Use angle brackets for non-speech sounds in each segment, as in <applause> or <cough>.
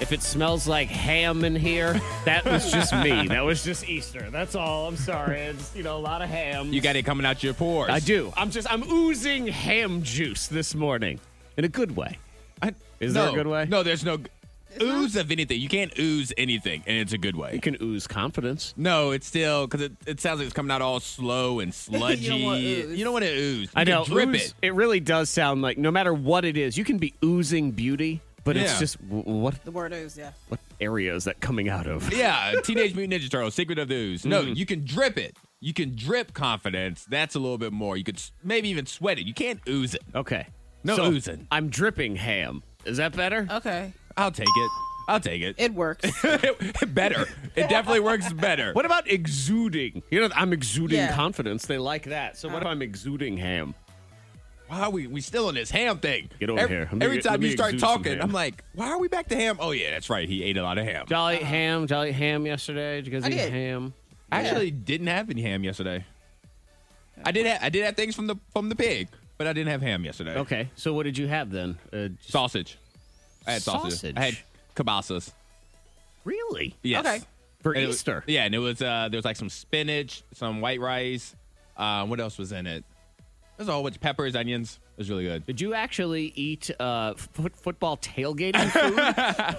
if it smells like ham in here. That was just me. That was just Easter. That's all. I'm sorry. It's, you know, a lot of ham. You got it coming out your pores. I do. I'm just, I'm oozing ham juice this morning in a good way. I- Is there a no, good way? No, there's no g- ooze of anything. You can't ooze anything, and it's a good way. You can ooze confidence. No, it's still because it, it sounds like it's coming out all slow <laughs> and sludgy. don't want ooze. You don't want to ooze. You I can know. Drip ooze- it. really does sound like no matter what it is, you can be oozing beauty, but it's Yeah. just w- what The word is, yeah. what area is that coming out of? <laughs> Yeah, Teenage Mutant Ninja Turtles, Secret of the Ooze. No, Mm-hmm. you can drip it. You can drip confidence. That's a little bit more. You could s- maybe even sweat it. You can't ooze it. Okay. No So, oozing. I'm dripping ham. Is that better? Okay. I'll take it. I'll take it. It works. <laughs> better. It definitely works better. What about exuding? You know, I'm exuding Yeah. Oh. confidence. They like that. So what if I'm exuding ham? why are we we still on this ham thing? Get over every, here. Let me every get- let time me you start exude some talking, ham. I'm like, why are we back to ham? Oh yeah, that's right. He ate a lot of ham. Jolly ham, jolly ham yesterday. Did you guys I eat did. ham? I actually didn't have any ham yesterday. I did. Ha- I did have things from the from the pig, but I didn't have ham yesterday. Okay. So what did you have then? Uh, just- Sausage. I had sausage. Sausage? I had kielbasa's. really? Yes. Okay. For And it was- Easter. yeah, and it was uh there was like some spinach, some white rice. Uh, what else was in it? There's a whole bunch of peppers, onions. It was really good. Did you actually eat uh, foot football tailgating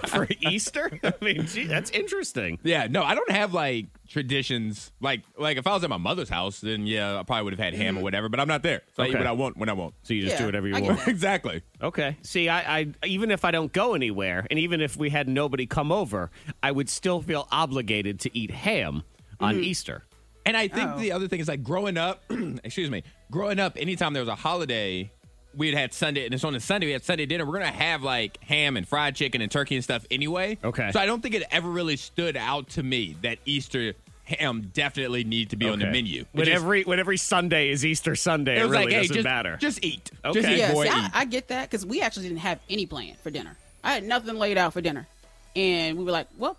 <laughs> food for Easter? <laughs> I mean, gee, that's interesting. Yeah, no, I don't have like traditions. Like like if I was at my mother's house, then yeah, I probably would have had ham or whatever. But I'm not there, so I eat Mm-hmm. Okay. what I want when I want. So you just Yeah, do whatever you I get want. that. <laughs> exactly. Okay. See, I, I even if I don't go anywhere, and even if we had nobody come over, I would still feel obligated to eat ham on Mm-hmm. Easter. And I think Oh. the other thing is like growing up. <clears throat> excuse me, growing up. Anytime there was a holiday, we had had Sunday, and it's on a Sunday. We had Sunday dinner. We're gonna have like ham and fried chicken and turkey and stuff anyway. Okay. So I don't think it ever really stood out to me that Easter ham definitely needed to be on the Okay. menu. It When just- every when every Sunday is Easter Sunday, it, it was really like, hey, doesn't just, matter. just eat. Just Okay. eat, yeah, boy, see, I, eat. I get that because we actually didn't have any plan for dinner. I had nothing laid out for dinner. And we were like, well,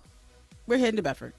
we're heading to Bedford.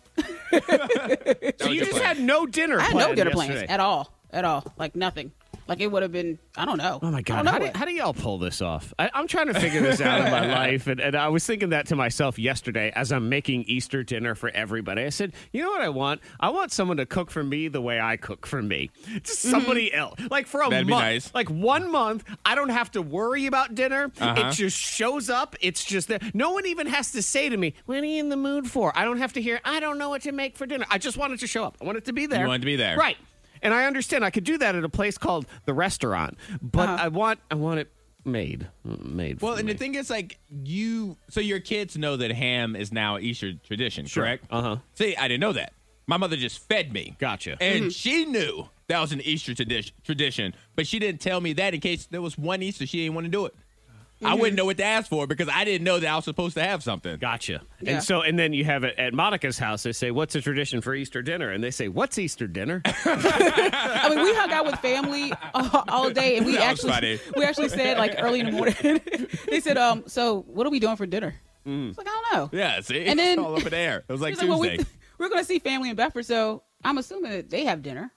so you your just plan. had no dinner. I had no planned dinner yesterday. plans at all. At all. Like nothing. Like it would have been, I don't know. Oh my I God! don't know How do, what- how do y'all pull this off? I, I'm trying to figure this out in <laughs> my life, and, and I was thinking that to myself yesterday as I'm making Easter dinner for everybody. I said, you know what I want? I want someone to cook for me the way I cook for me. Just somebody else, like for a Mm-hmm. That'd be month, nice. like one month. I don't have to worry about dinner. Uh-huh. It just shows up. It's just there. No one even has to say to me, "What are you in the mood for?" I don't have to hear, "I don't know what to make for dinner." I just want it to show up. I want it to be there. want it to be there. right? And I understand I could do that at a place called the restaurant, but I want I want it made made. Well, for and me. the thing is, like you, so your kids know that ham is now an Easter tradition, correct? Uh huh. See, I didn't know that. My mother just fed me. Gotcha. And Mm-hmm. she knew that was an Easter tradi- tradition, but she didn't tell me that in case there was one Easter she didn't want to do it. Mm-hmm. I wouldn't know what to ask for because I didn't know that I was supposed to have something. Gotcha. Yeah. And so, and then you have it at Monica's house. They say, "What's a tradition for Easter dinner?" And they say, "What's Easter dinner?" <laughs> I mean, we hung out with family all, all day, and we That was actually funny. we actually said like early in the morning. <laughs> they said, "Um, so what are we doing for dinner?" It's like I don't know. Yeah, see? And <laughs> then- it's all up in the air. It was like He's Tuesday. like, well, we, <laughs> we're going to see family in Bedford, so I'm assuming that they have dinner.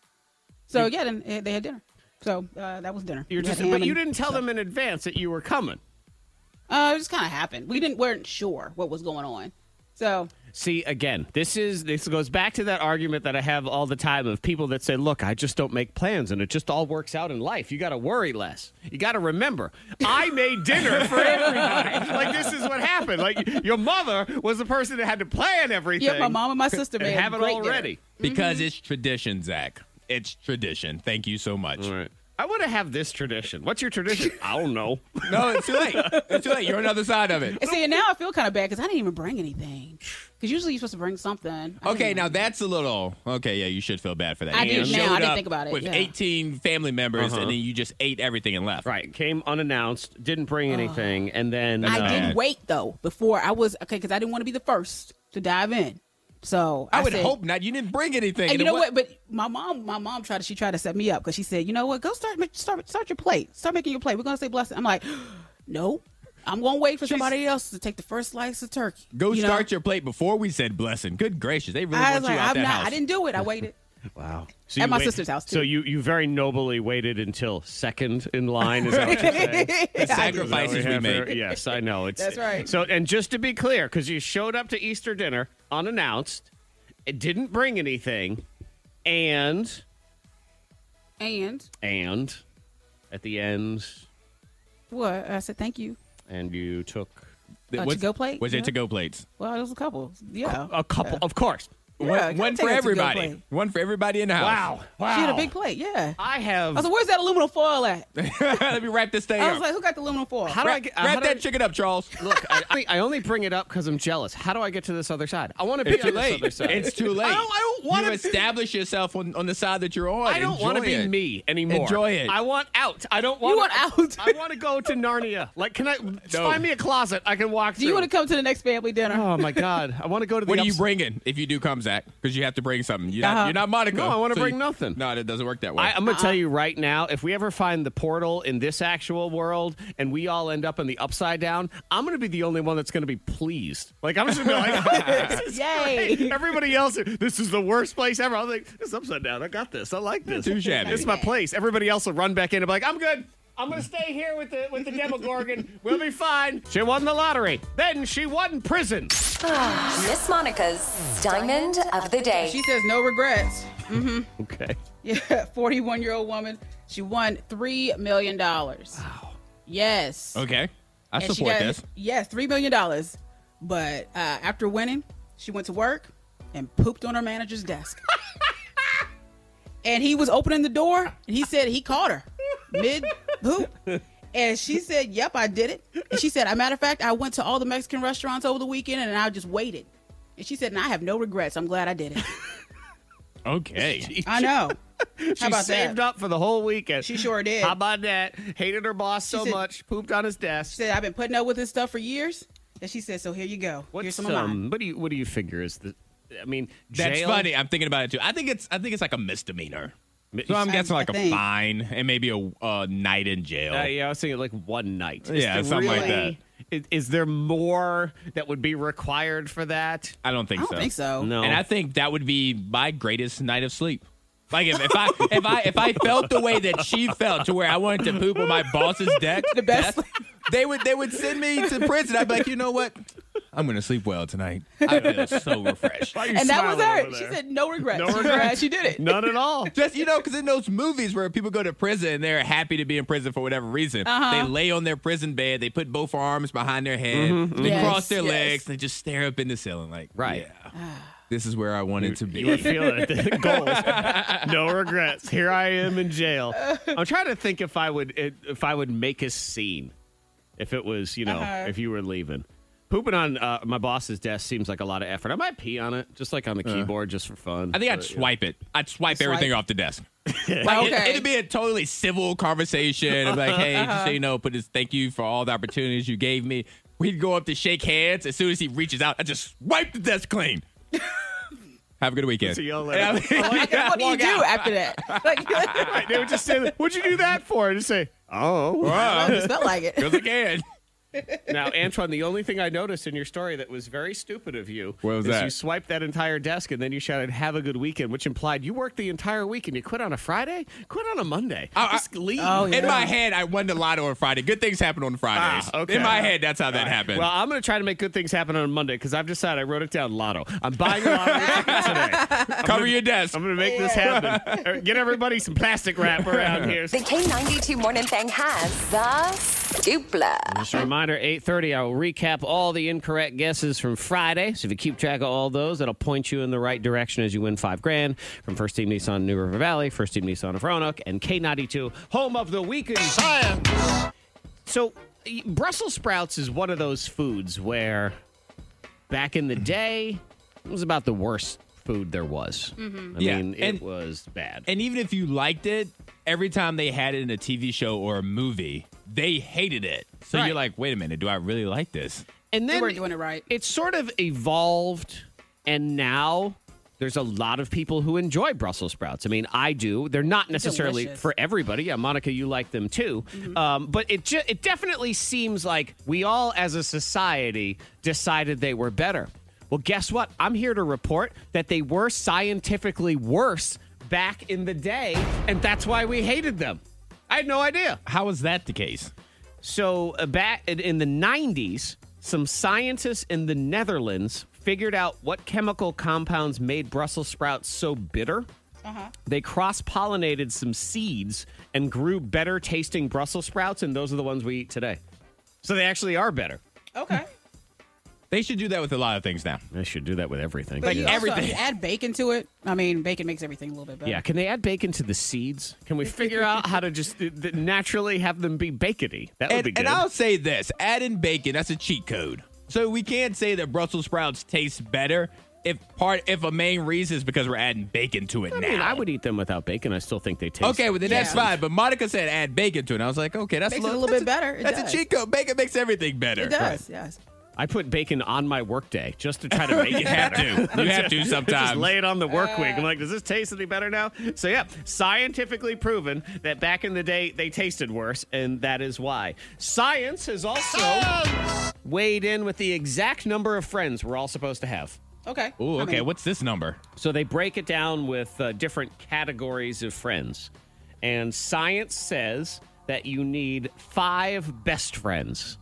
So yeah, then eh, they had dinner. So uh, that was dinner. You're We just, had ham but you and- didn't tell them in advance that you were coming. Uh, it just kind of happened. We didn't weren't sure what was going on. So See, again, this is this goes back to that argument that I have all the time of people that say, "Look, I just don't make plans, and it just all works out in life. You got to worry less. You got to remember, I made dinner <laughs> for everybody. like this is what happened. Like your mother was the person that had to plan everything. yeah, my mom and my sister and made have it great all dinner. ready. because Mm-hmm. it's tradition, Zach. It's tradition. Thank you so much. I want to have this tradition. What's your <laughs> tradition? I don't know. No, it's too late. It's too late. You're on the other side of it. And see, and now I feel kind of bad because I didn't even bring anything. Because usually you're supposed to bring something. I didn't Okay, even- now that's a little okay. Yeah, you should feel bad for that. I You did showed now. I didn't up think about it, With yeah. 18 family members, Uh-huh. and then you just ate everything and left. Right, came unannounced, didn't bring anything, and then I uh, did wait though before I was okay because I didn't want to be the first to dive in. So I would said- hope not. You didn't bring anything. And you It know wa- what? But my mom, my mom tried to. She tried to set me up because she said, "You know what? Go start, ma- start, start your plate. Start making your plate. We're gonna say blessing." I'm like, <gasps> "No, I'm gonna wait for somebody else to take the first slice of turkey." Go you know? start your plate before we said blessing. Good gracious, they really I want was you like, out "I'm that not. house. I didn't do it. <laughs> I waited." Wow. So At you my sister's house, So too. you, you very nobly waited until second in line. Is <laughs> that what you're saying? The I Is that what sacrifices we have make. here? <laughs> Yes, I know. It's, That's right. So, and just to be clear, because you showed up to Easter dinner unannounced, it didn't bring anything, and and and at the end, what? I said, "Thank you." and you took A What's- to-go plate? Was there Yeah. to go plates? Well, it was a couple. Yeah, a couple. Of course. Yeah, Uh, one gotta one take for a to-go everybody. plate. One for everybody in the house. Wow. Wow. she had a big plate. Yeah. I I have. was like, "Where's that aluminum foil at?" <laughs> Let me wrap this thing I up. was like, "Who got the aluminum foil?" how do I wrap get? how wrap do I- that chicken up, <laughs> Charles. Look, I, I- I only bring it up because I'm jealous. How do I get to this other side? I want to be It's on too this late. other side. It's too late. I don't, I don't want you to establish yourself on, on the side that you're on. I don't want to Enjoy be it. me anymore. Enjoy it. I want out. I don't want. want out? I want to go to Narnia. Like, can <laughs> I just No. find me a closet I can walk through? do you want to come to the next family dinner? Oh my God! I want to go to the. What are you ups- bringing if you do come, Zach? Because you have to bring something. You're not, Uh-huh. you're not Monica. No, I wanna you- bring nothing. No, that doesn't work that way. I, I'm gonna tell you right now. If we ever find the portal in this actual world, and we all end up in the upside down, I'm gonna be the only one that's gonna be pleased. Like I'm just gonna be <laughs> like, <laughs> this is <laughs> Yay. great. Everybody <laughs> else, this is the worst place ever. I'm like, this is upside down. I got this. I like this. too shabby. This is my place. Everybody else will run back in and be like, I'm good. I'm gonna stay here with the with the Demogorgon. We'll be fine. She won the lottery. Then she won prison. Miss Monica's Diamond of the Day. She says no regrets. Okay. Yeah, <laughs> 41 year old woman. She won three million dollars. Wow. Yes. okay. I And she support got- this. Yes, three million dollars. But uh, after winning, she went to work and pooped on her manager's desk. and he was opening the door. And he said he caught her mid poop. And she said, "Yep, I did it." And she said, "A matter of fact, I went to all the Mexican restaurants over the weekend, and I just waited." And she said, "And I have no regrets. I'm glad I did it." <laughs> Okay. I know. She about saved that? up for the whole weekend. She sure did. How about that? Hated her boss so said- much, pooped on his desk. said I've been putting up with this stuff for years. And she said, "So here you go. Here's some of mine." um, what do you what do you figure is the? I mean, That's jail? funny. I'm thinking about it too. I think it's I think it's like a misdemeanor. So I'm I- guessing like a I think. fine and maybe a uh, night in jail. Uh, yeah, I was thinking like one night. Yeah, there something like Is, is there more that would be required for that? I don't I think don't so. think so. No. And I think that would be my greatest night of sleep. Like if, if I if I if I felt the way that she felt to where I wanted to poop on my boss's deck, The best. desk, they would they would send me to prison. I'd be like, you know what? I'm gonna sleep well tonight. I feel so refreshed. And that was her. She said, "No regrets. No She regrets. glad She did <laughs> it. none at all. Just you know, because in those movies where people go to prison and they're happy to be in prison for whatever reason, Uh-huh. they lay on their prison bed, they put both arms behind their head, they Yes, cross their yes. legs, and they just stare up in the ceiling like, Right. Yeah, this is where I wanted to be. You would feel it. <laughs> The Goals. No regrets. Here I am in <laughs> jail. I'm trying to think if I would if I would make a scene. If it was, you know, Uh-huh. if you were leaving. Pooping on uh, my boss's desk seems like a lot of effort. I might pee on it, just like on the keyboard, just for fun. I think I'd But, yeah. swipe it. I'd swipe, everything Swipe. off <laughs> the desk. Like, It, okay. it'd be a totally civil conversation. I'd be like, hey, just Uh-huh. so you know, put this thank you for all the opportunities you gave me. We'd go up to shake hands. As soon as he reaches out, I just wipe the <laughs> desk clean. Have a good weekend. See y'all And I later. would- Like, what do you do <laughs> after that? Like, <laughs> Right, they would just say, "What'd you do that for?" And just say, "Oh." I just felt like <laughs> it. Because <laughs> I can. Now, Antoine, the only thing I noticed in your story that was very stupid of you What was is that? you swiped that entire desk and then you shouted, "Have a good weekend," which implied you worked the entire week and you quit on a Friday, quit on a Monday. I- I- Just leave. Oh, yeah. In my head, I won the lotto on Friday. Good things happen on Fridays. Ah, okay. In my head, that's how that happened. Well, I'm going to try to make good things happen on Monday because I've decided I wrote it down. Lotto. I'm buying a lottery ticket today. <laughs> Cover your desk. I'm going to make this happen. Get everybody some plastic wrap around here. The K92 Morning Thing has the dupla. Just a reminder, 8.30, I will recap all the incorrect guesses from Friday. So if you keep track of all those, that'll point you in the right direction as you win five grand from First Team Nissan New River Valley, First Team Nissan of Roanoke, and K92, home of the weekend fire. So y- Brussels sprouts is one of those foods where back in the day, it was about the worst food there was. I Mm-hmm. Yeah, mean, it and- was bad. And even if you liked it, every time they had it in a TV show or a movie, they hated it. So Right. you're like, wait a minute, do I really like this? and then weren't doing it right. It sort of evolved And now there's a lot of people who enjoy Brussels sprouts. I mean, I do. They're not necessarily delicious. for everybody. Yeah, Monica, you like them too. Um, but it ju- it definitely seems like we all, as a society, decided they were better. Well, guess what? I'm here to report that they were scientifically worse back in the day, and that's why we hated them. I had no idea. How is that the case? So uh, back in- in the 90s, some scientists in the Netherlands figured out what chemical compounds made Brussels sprouts so bitter. They cross pollinated some seeds and grew better tasting Brussels sprouts, and those are the ones we eat today. So they actually are better. Okay. They should do that with a lot of things now. I should do that with everything. But you also- everything. if you add bacon to it. I mean, bacon makes everything a little bit better. yeah, can they add bacon to the seeds? Can we figure out how to just uh, th- naturally have them be bacony? That would And, be good. and I'll say this add in bacon, that's a cheat code. So we can't say that Brussels sprouts taste better if part if a main reason is because we're adding bacon to it I now. mean, I would eat them without bacon. I still think they taste Okay, well then that's Yeah. fine. But Monica said add bacon to it. And I was like, okay, that's Makes a it little, a that's little bit better. It that's does. a cheat code. Bacon makes everything better. It does. Yes. I put bacon on my workday just to try to make <laughs> <laughs> it You have happen. to. You have to sometimes. Just lay it on the work week. I'm like, does this taste any better now? So yeah, scientifically proven that back in the day they tasted worse, and that is why. Science has also weighed in with the exact number of friends we're all supposed to have. Okay. Ooh, I okay. mean, What's this number? So they break it down with uh, different categories of friends, and science says that you need five best friends,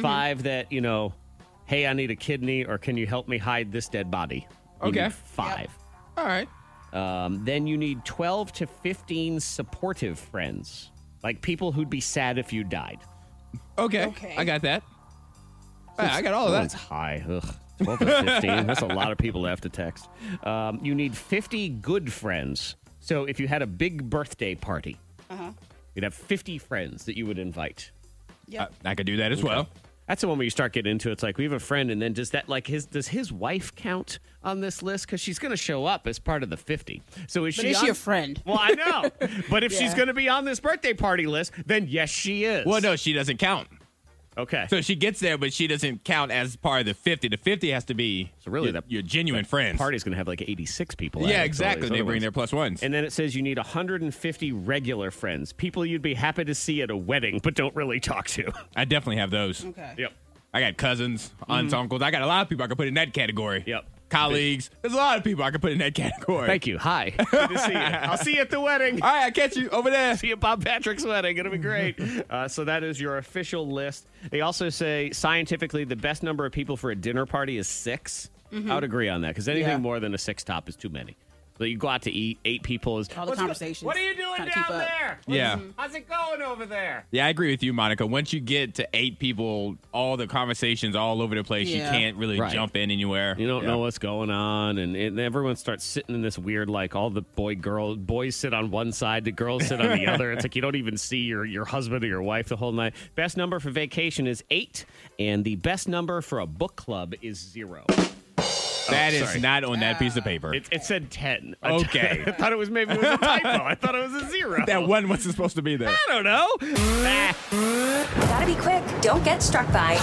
five that you know. Hey, I need a kidney, or can you help me hide this dead body? You Okay. need five. All right. Um, then you need 12 to 15 supportive friends, like people who'd be sad if you died. Okay. Okay. I got that. Yeah, I got all of That's that. high. Ugh. 12 to 15. That's a lot of people to have to text. Um, you need 50 good friends. So if you had a big birthday party, you'd have 50 friends that you would invite. yeah. uh, I could do that as well. That's the one where you start getting into it. it's like we have a friend, and then does that like his does his wife count on this list because she's going to show up as part of the fifty? So is But she is she on- a friend? Well, I <laughs> know, but if she's Yeah. going to be on this birthday party list, then yes, she is. Well, no, she doesn't count. okay. So she gets there, but she doesn't count as part of the 50. The 50 has to be So really your, the- your genuine friends. party's going to have like eighty six people. added to Yeah, all exactly. these They other bring ones. their plus ones. And then it says you need 150 regular friends, people you'd be happy to see at a wedding, but don't really talk to. <laughs> I definitely have those. Okay. yep. I got cousins, aunts, uncles. I got a lot of people I could put in that category. Yep. Colleagues. There's a lot of people I could put in that category. Thank you. Hi. Good to see <laughs> you. I'll see you at the wedding. All right, I catch you over there. be at Bob Patrick's wedding. It'll be great. <laughs> Uh, so that is your official list. They also say scientifically the best number of people for a dinner party is 6 I would agree on that because anything Mm-hmm. Yeah. more than a six top is too many. So you go out to eat, eight people is All the What's go- conversations. what are you doing Kinda down keep up. there? What's- Yeah. Mm-hmm. how's it going over there? Yeah, I agree with you, Monica. Once you get to eight people, all the conversations all over the place, you Yeah. can't really Right. jump in anywhere. You don't Yeah. know what's going on, and, and everyone starts sitting in this weird, like all the boy girl boys sit on one side, the girls sit on the <laughs> other. It's like you don't even see your your husband or your wife the whole night. Best number for vacation is eight, and the best number for a book club is zero. That is sorry. not on that piece of paper. It, it said ten. Okay. <laughs> I thought it was maybe it was a typo. I thought it was a zero. <laughs> that one wasn't supposed to be there. <laughs> I don't know. Ah. Gotta be quick. Don't get struck by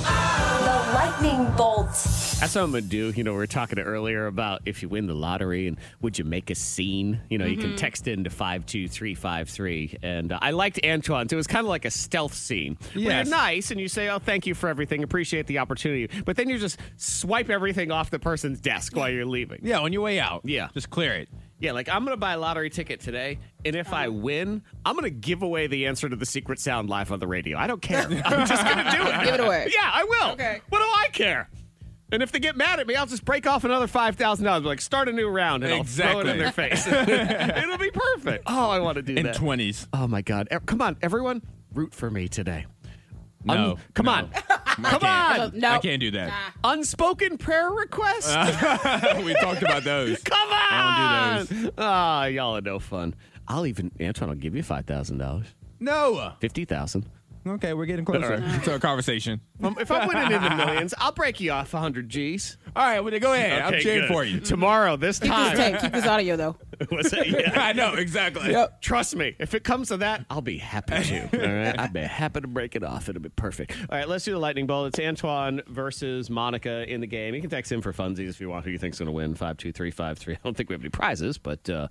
the lightning bolts. That's what I'm gonna do. You know, we were talking earlier about if you win the lottery and would you make a scene? You know, you Mm-hmm. can text in to five two three five three. And uh, I liked Antoine's. It was kind of like a stealth scene. where Yes. you're nice and you say, "Oh, thank you for everything. Appreciate the opportunity." But then you just swipe everything off the person's desk while you're leaving. Yeah, on your way out. Yeah. Just clear it. Yeah, like I'm gonna buy a lottery ticket today, and if Uh-huh. I win, I'm gonna give away the answer to the secret sound live on the radio. I don't <laughs> care. I'm just gonna do <laughs> it. Give it away. Yeah, I will. Okay. What do I care? And if they get mad at me, I'll just break off another five thousand dollars. Like start a new round, and I'll throw it in their face. <laughs> <laughs> It'll be perfect. Oh, I want to do In that. <laughs> 20s. oh my God! Ev- Come on, everyone, root for me today. Un- No. come no. on. I Come can't. on. No. I can't do that. Unspoken prayer request. <laughs> we talked about <laughs> those. Come on. Uh, I don't do those. Ah, y'all are no fun. I'll even Antoine. I'll give you five thousand dollars, No. fifty thousand, okay, we're getting closer to a conversation. Um, if I'm winning in the millions, I'll break you off 100 G's. All right, well, then go ahead. I'm Okay, cheering good. <laughs> for you. Tomorrow, this Keep this time. tape. Keep this audio though. Was it? Yeah. I know exactly. Yep. Trust me, if it comes to that, I'll be happy to. All right, I'd be happy to break it off. It'll be perfect. All right, let's do the lightning bolt. It's Antoine versus Monica in the game. You can text in for funsies if you want. Who you think's going to win? Five two three five three. I don't think we have any prizes, but uh,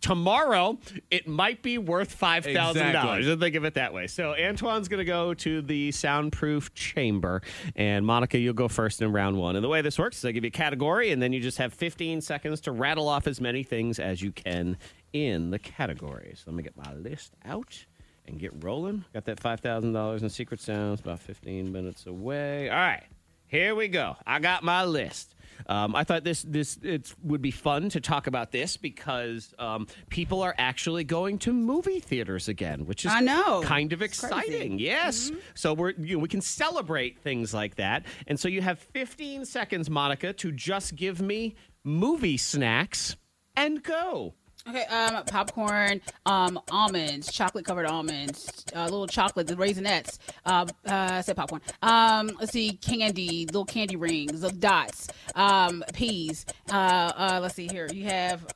tomorrow it might be worth five thousand dollars. Exactly. Think of it that way. So Antoine's going to go to the soundproof chamber, and Monica, you'll go first in round one. And the way this works is I give you a category, and then you just have 15 seconds to rattle off as many things as you can in the category. So let me get my list out and get rolling. Got that $5,000 in secret sounds about 15 minutes away. All right, here we go. I got my list. Um, I thought this this it would be fun to talk about this because um, people are actually going to movie theaters again, which is I know. kind of It's crazy. Mm-hmm. exciting. Yes. So we're you know, we can celebrate things like that. And so you have 15 seconds, Monica, to just give me movie snacks and go. Okay, um, popcorn, um, almonds, chocolate covered almonds, uh, little chocolate, the raisinets. Uh, uh, I said popcorn. Um, let's see, candy, little candy rings, little dots, um, peas. Uh, uh, let's see here. You have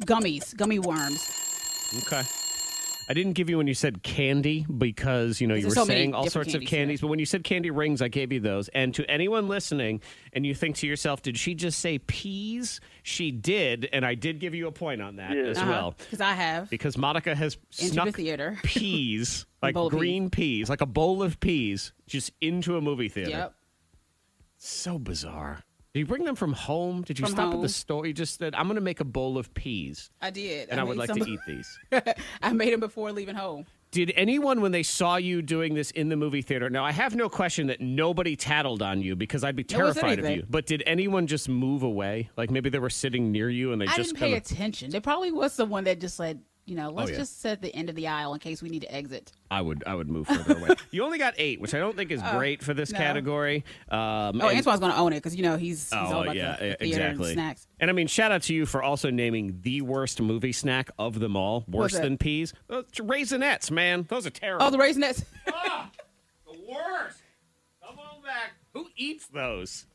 gummies, gummy worms. Okay. I didn't give you when you said candy because you know you were There's so many saying all different sorts of candies, yeah. candies, but when you said candy rings, I gave you those. And to anyone listening, and you think to yourself, did she just say peas? She did, and I did give you a point on that as well. Because Uh-huh, I have. because Monica has Into snuck the theater. <laughs> peas, like bowl of green peas. like a bowl of peas, just into a movie theater. Yep. So bizarre. Did you bring them from home? Did you From stop at home. the store? You just said, "I'm going to make a bowl of peas, I did. and I, would like made some- to <laughs> eat these." I made them before leaving home. Did anyone, when they saw you doing this in the movie theater, now I have no question that nobody tattled on you because I'd be There wasn't terrified of you. anything. But did anyone just move away? Like maybe they were sitting near you and they I just didn't pay kind of. attention. There probably was someone that just said, you know, let's yeah. just set the end of the aisle in case we need to exit. I would I would move further <laughs> away. You only got eight, which I don't think is great for this Oh, no. category. Um, Oh, and- Antoine's going to own it because you know he's, he's all Oh about yeah, the, the e- theater exactly. and snacks. And I mean, shout out to you for also naming the worst movie snack of them all, worse was it? than peas. Those raisinets, man, those are terrible. Oh, the raisinets. The worst. Come on back. Who eats those?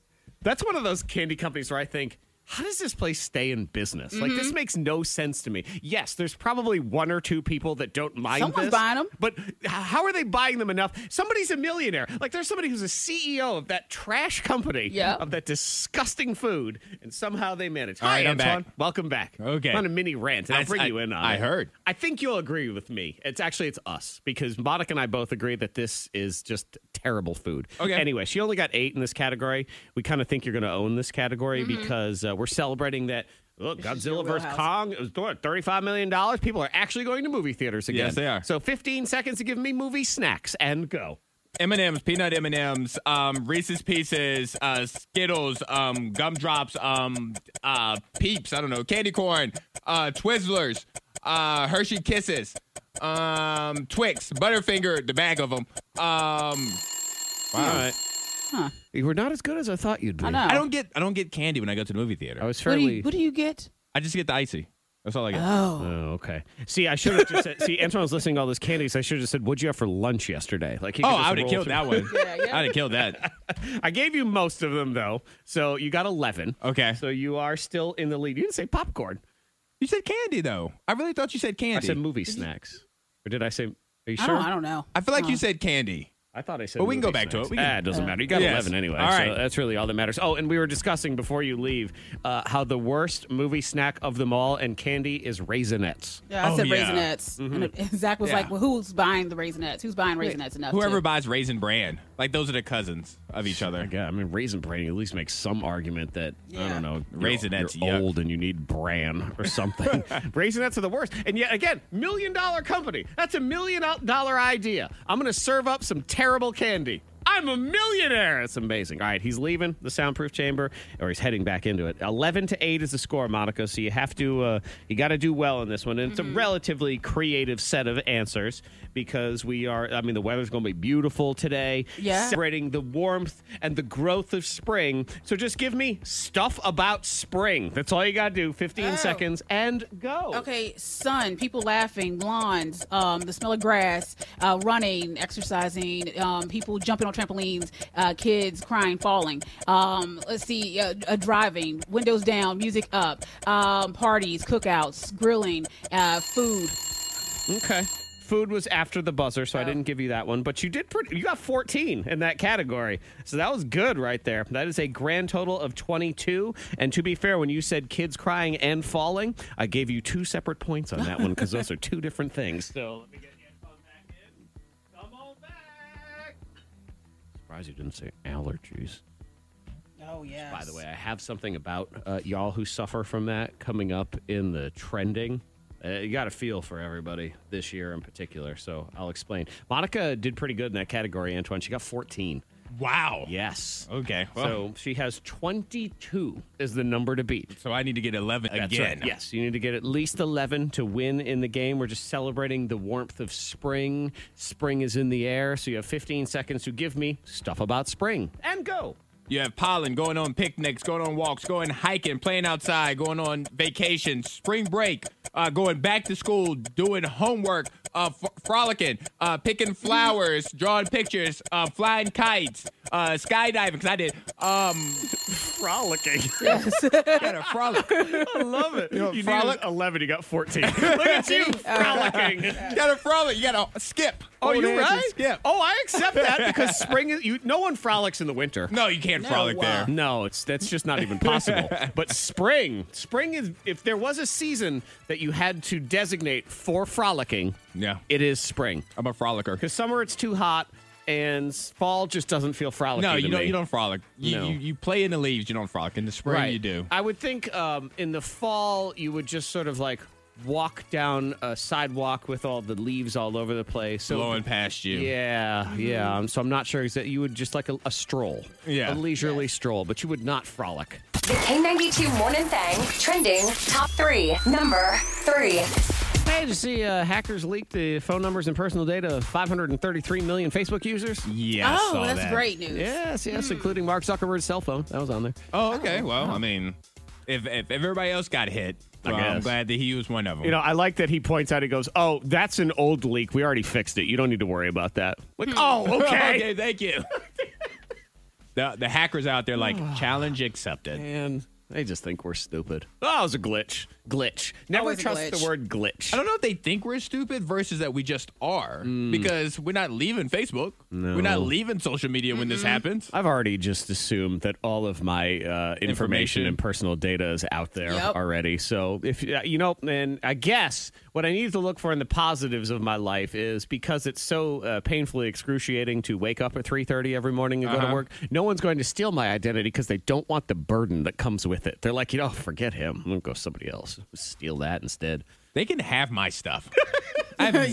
That's one of those candy companies where I think, how does this place stay in business? Like Mm-hmm. this makes no sense to me. Yes, there's probably one or two people that don't mind Someone's this, buying 'em. But h- how are they buying them enough? Somebody's a millionaire. Like there's somebody who's a CEO of that trash company Yeah. of that disgusting food, and somehow they manage. All Hi, right, I'm Antoine. back. Welcome back. Okay. on a mini rant, and I I'll s- bring I- you in on I it. heard. I think you'll agree with me. It's actually it's us because Monica and I both agree that this is just terrible food. Okay. Anyway, she only got eight in this category. We kind of think you're going to own this category because uh, we're celebrating that. Look, Mm-hmm. is your Godzilla vs wheelhouse. Kong it was what, $35 million. People are actually going to movie theaters again. Yes, they are. So 15 seconds to give me movie snacks and go. M and M's, peanut M and M's, um, Reese's Pieces, uh, Skittles, um, gumdrops, um, uh, Peeps. I don't know, candy corn, uh, Twizzlers, uh, Hershey Kisses, um, Twix, Butterfinger, the bag of them. Um, wow. You were not as good as I thought you'd be. <laughs> I know. I don't get I don't get candy when I go to the movie theater. I was What do, fairly. you, what do you get? I just get the icy. That's all I get. Oh, Oh, okay. See, I should have just said. See, Antoine was listening to all those candies. I should have just said, "What'd you have for lunch yesterday?" Like, he oh, could just I would have roll killed through- that one. <laughs> Yeah, <laughs> yeah. I'd have killed that. I gave you most of them though, so you got eleven. Okay. So you are still in the lead. You didn't say popcorn. You said candy though. I really thought you said I candy. I, said movie snacks. Or did I say? Are you I sure? don't, I don't know. feel like you said candy. I thought I said. Well, we can movie go back to snacks. it. We can- uh, Ah, it doesn't matter. You got Yes. eleven anyway. All So right. that's really all that matters. Oh, and we were discussing before you leave uh, how the worst movie snack of them all and candy is raisinets. Yeah, I Oh, said yeah. raisinets. And it- Zach was Yeah. like, "Well, who's buying the raisinets? Who's buying raisinets enough?" Whoever to- buys Raisin Bran, like those are the cousins of each other. Yeah, I mean, raisin bran. You at least make some argument that I Yeah. don't know, you're- Raisinets, You're yuck. old and you need bran <laughs> or something. Raisinets are the worst. And yet again, million dollar company. That's a million dollar idea. I'm going to serve up some terrible candy. I I'm a millionaire. It's amazing. All right, he's leaving the soundproof chamber, or he's heading back into it. Eleven to eight is the score, Monica. So you have to, uh, you got to do well in this one. And it's Mm-hmm. a relatively creative set of answers because we are. I mean, the weather's going to be beautiful today. Yeah. celebrating the warmth and the growth of spring. So just give me stuff about spring. That's all you got to do. Fifteen Oh. seconds and go. Okay, sun, people laughing, lawns, um, the smell of grass, uh, running, exercising, um, people jumping on trampolines, uh, kids crying, falling. Um, let's see, uh, uh, driving, windows down, music up, um, parties, cookouts, grilling, uh, food. Okay. Food was after the buzzer, so I didn't give you that one. But you did pretty. You got 14 in that category, so that was good right there. That is a grand total of 22. And to be fair, when you said kids crying and falling, I gave you two separate points on that one because those are two different things. <laughs> So let me get the headphone back in. Come on back. Surprised you didn't say allergies. Oh yeah. By the way, I have something about uh, y'all who suffer from that coming up in the trending. Uh, you got a feel for everybody this year in particular, so I'll explain. Monica did pretty good in that category, Antoine. She got 14. Wow. Yes. Okay. Well, so, So she has 22 is the number to beat. I need to get 11 That's again. right. Yes, you need to get at least 11 to win in the game. We're just celebrating the warmth of spring. Spring is in the air, so you have 15 seconds to give me stuff about spring and go. You have pollen, going on picnics, going on walks, going hiking, playing outside, going on vacation, spring break, uh, going back to school, doing homework, uh, f- frolicking, uh, picking flowers, drawing pictures, uh, flying kites, uh, skydiving, because I did. Um, Frolicking. I had a <laughs> frolic. I love it. You, know, needed frolic- 11, you got <laughs> 14. Look at you frolicking. got a frolic. You got to skip. Oh, Hold you're hands and right. Skip. Oh, I accept that <laughs> because spring is you. No one frolics in the winter. No, you can't frolic uh, there. No, it's that's just not even <laughs> possible. but spring, spring is if there was a season that you had to designate for frolicking, Yeah. it is spring. I'm a frolicker. Because summer it's too hot, and fall just doesn't feel frolicky. No, to you don't. me. You don't frolic. You, No. you you play in the leaves. You don't frolic in the spring. You do. I would think um, in the fall you would just sort of like walk down a sidewalk with all the leaves all over the place. So Blowing past you. Mm-hmm. Yeah, yeah. Um, so I'm not sure exactly. You would just like a, a stroll, a Yeah. leisurely stroll, but you would not frolic. The K92 Morning Thang trending top three. Number three. Hey, did you see uh, hackers leaked the phone numbers and personal data of 533 million Facebook users? Yeah. I Oh, saw that's that. great news. Yes, Hmm. yes, including Mark Zuckerberg's cell phone. That was on there. Oh, okay. Well, I mean, if if everybody else got hit, I well, I'm guess. glad that he was one of them. You know, I like that he points out. He goes, "Oh, that's an old leak. We already fixed it. You don't need to worry about that." Like, <laughs> <laughs> oh, okay. okay. Thank you. the the hackers out there <sighs> like challenge accepted. And they just think we're stupid. Oh, it was a glitch. Glitch. Never Always a trust glitch. the word glitch. I don't know if they think we're stupid versus that we just are Mm. because we're not leaving Facebook. We're not leaving social media when this happens. I've already just assumed that all of my uh, information, Information. and personal data is out there Yep. already. So if uh, you know, and I guess what I need to look for in the positives of my life is because it's so uh, painfully excruciating to wake up at three thirty every morning and go to work. No one's going to steal my identity because they don't want the burden that comes with it. They're like, you know, forget him. I'm gonna go somebody else. Steal that instead. They can have <laughs> my stuff. I know.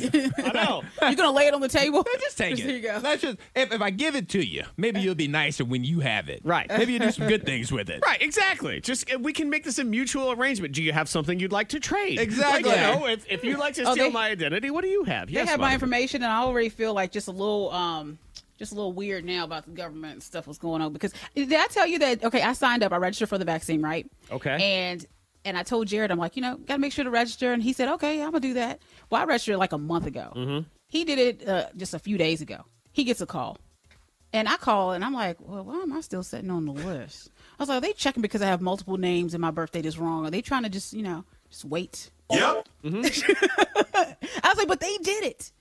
You're gonna lay it on <laughs> the table. Just take it. Here you go. Let's just if, if I give it to you, maybe you'll be nicer when you have it. Right. Maybe you do some good things with it. Right, exactly. Just uh, we can make this a mutual arrangement. Do you have something you'd like to trade? Exactly. Like, you know, if, if you like to Oh, steal they- my identity, what do you have? They Yes, have my Monica. information, and I already feel like just a little, um, just a little weird now about the government stuff what's going on. Because did I tell you that? Okay, I signed up. I registered for the vaccine, right? Okay. And and I told Jared, I'm like, you know, gotta make sure to register. And he said, okay, I'm gonna do that. Well, I registered like a month ago. Mm-hmm. He did it uh, just a few days ago. He gets a call. And I call and I'm like, well, why am I still sitting on the list? I was like, are they checking because I have multiple names and my birthday is wrong? Are they trying to just, you know, just wait? Yep. I was like, but they did it.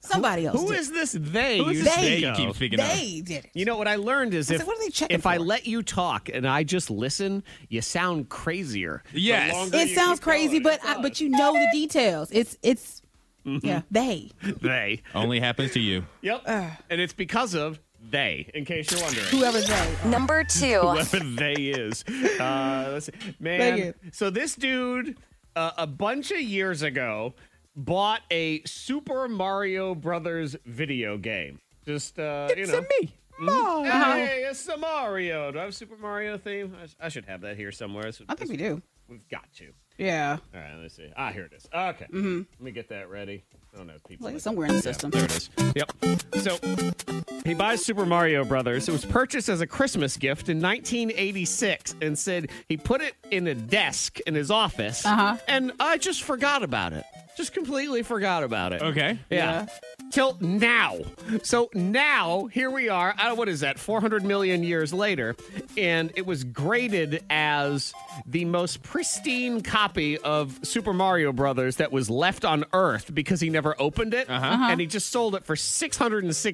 Somebody else. Who did is this they? Who is you this say they? You go? keep speaking of. They did it. You know what I learned is if said, what are they checking if I for? let you talk and I just listen, you sound crazier. the Yes. longer it you sounds keep crazy, going. but I, but you know the details. It's it's Mm-hmm. yeah they. <laughs> they. Only happens to you. Yep. and it's because of they. In case you're wondering. Whoever they. <laughs> Number two. whoever they is. Uh, let's see. Thank Man, you. so this dude uh, a bunch of years ago bought a Super Mario Brothers video game. Just uh, you It's know. a me. Oh. Hey, it's a Mario. Do I have Super Mario theme? I, sh- I should have that here somewhere. It's- I think we do. We've got to. Yeah. All right, let me see. Ah, here it is. Okay. Mm-hmm. Let me get that ready. I don't know if people. Like like- it's somewhere in the system. There it is. Yep. So he buys Super Mario Brothers. It was purchased as a Christmas gift in 1986 and said he put it in a desk in his office. Uh-huh. And I just forgot about it. Just completely forgot about it. Okay. Yeah. Yeah. Till now. So now, here we are. I, what is that? 400 million years later. And it was graded as the most pristine copy of Super Mario Brothers that was left on Earth because he never opened it. Uh-huh. And he just sold it for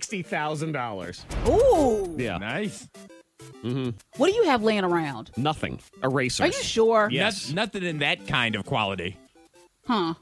$660,000. Ooh. Yeah. Nice. What do you have laying around? Nothing. Are Erasers. you sure? Yeah. Yes. Noth- nothing in that kind of quality. Huh.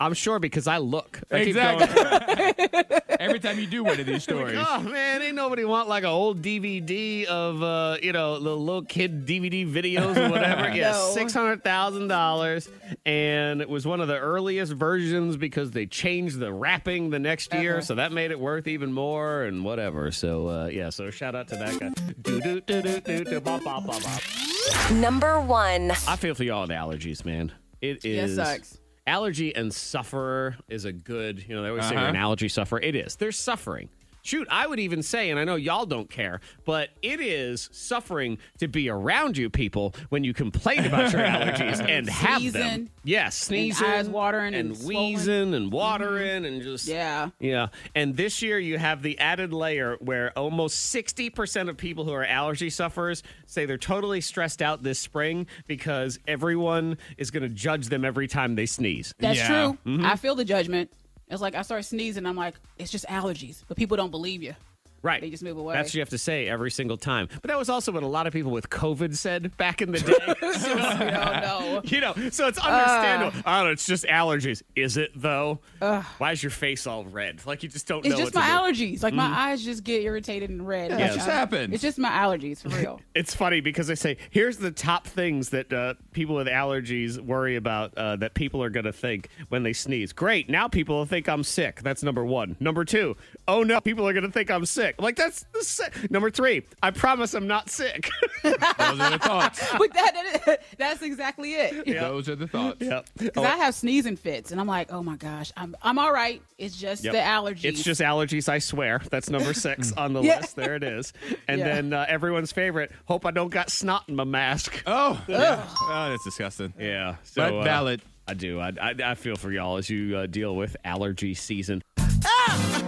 I'm sure because I look. I keep going, <laughs> Every time you do one of these stories. Oh man, ain't nobody want like an old DVD of uh, you know the little kid DVD videos or whatever. yeah, No. six hundred thousand dollars, and it was one of the earliest versions because they changed the wrapping the next year, so that made it worth even more and whatever. So uh, yeah, so shout out to that guy. Do do do do do do bop bop bop bop. Number one. I feel for y'all with allergies, man. It Yeah, it is. sucks. Allergy and sufferer is a good, you know, they always say you're an Uh-huh. allergy sufferer. It is. There's suffering. Shoot, I would even say, and I know y'all don't care, but it is suffering to be around you people when you complain about your allergies and have them. Sneezing. Yes, sneezing, eyes watering and swollen. Mm-hmm. wheezing and watering and just Yeah. yeah. And this year you have the added layer where almost 60% of people who are allergy sufferers say they're totally stressed out this spring because everyone is going to judge them every time they sneeze. That's Yeah. true. Mm-hmm. I feel the judgment. It's like I start sneezing. I'm like, it's just allergies, but people don't believe you. Right. They just move away. That's what you have to say every single time. But that was also what a lot of people with COVID said back in the day. <laughs> <laughs> you don't know. you know, so it's understandable. oh, it's just allergies. Is it though? Why is your face all red? Like you just don't It's know just what my to do. Mm-hmm. allergies. Like my eyes just get irritated and red. Yeah, Like, it just I- happens. It's just my allergies for real. It's funny because they say here's the top things that uh, people with allergies worry about uh, that people are going to think when they sneeze. Great, now people will think I'm sick. That's number one. Number two, oh no, people are going to think I'm sick. Like that's the si-. number three. I promise I'm not sick. <laughs> Those are the thoughts. <laughs> but that, that- that's exactly it. Those are the thoughts. yep. Because I have sneezing fits, and I'm like, oh my gosh, I'm I'm all right. It's just Yep. the allergies. It's just allergies, I swear. That's number six <laughs> on the Yeah. list. There it is. <laughs> And Yeah. then uh, everyone's favorite. Hope I don't got snot in my mask. <laughs> Oh. Oh, that's disgusting. Yeah, so, But uh, valid. I do. I, I I feel for y'all as you uh, deal with allergy season. Ah!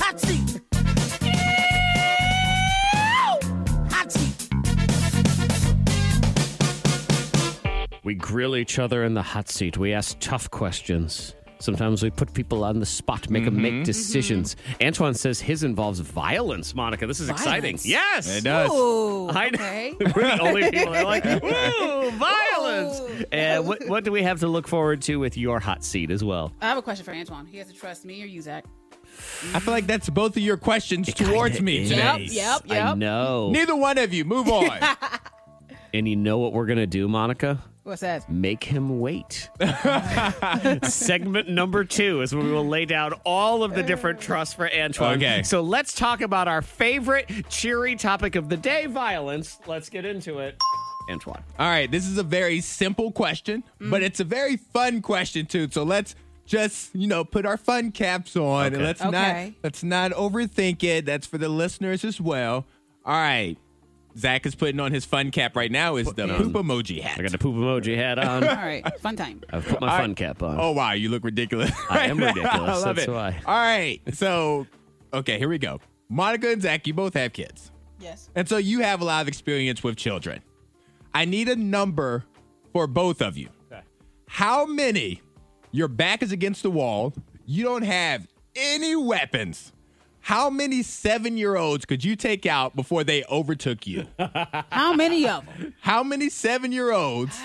hot seat. Hot seat. We grill each other in the hot seat. We ask tough questions. Sometimes we put people on the spot, make them make decisions. Antoine says his involves violence. Monica, this is exciting. Violence? Yes, It does. <laughs> Ooh, I know. okay. <laughs> We're the <laughs> only people that are like, ooh, violence. Ooh. And what, what do we have to look forward to with your hot seat as well? I have a question for Antoine. He has to trust me or you, Zach. I feel like that's both of your questions towards me is. today. Nice. Yep, yep, I yep. know. Neither one of <laughs> you. Move on. And you know what we're going to do, Monica? What's that? Make him wait. Segment number two is where we will lay down all of the different trusts for Antoine. Okay. So let's talk about our favorite cheery topic of the day violence. Let's get into it. Antoine. All right, this is a very simple question, but it's a very fun question too. So let's just, you know, put our fun caps on Okay. and let's Okay. not let's not overthink it. That's for the listeners as well. All right. Zach is putting on his fun cap right now is the poop emoji hat. I got a poop emoji hat on. <laughs> All right, fun time. <laughs> I've put my fun cap on. Oh wow, you look ridiculous. I am right now. ridiculous, <laughs> I love that's it. why. All right. So okay, here we go. Monica and Zach, you both have kids. Yes. And so you have a lot of experience with children. I need a number for both of you. How many your back is against the wall, you don't have any weapons. How many seven year olds could you take out before they overtook you? <laughs> How many <laughs> of them? How many seven year olds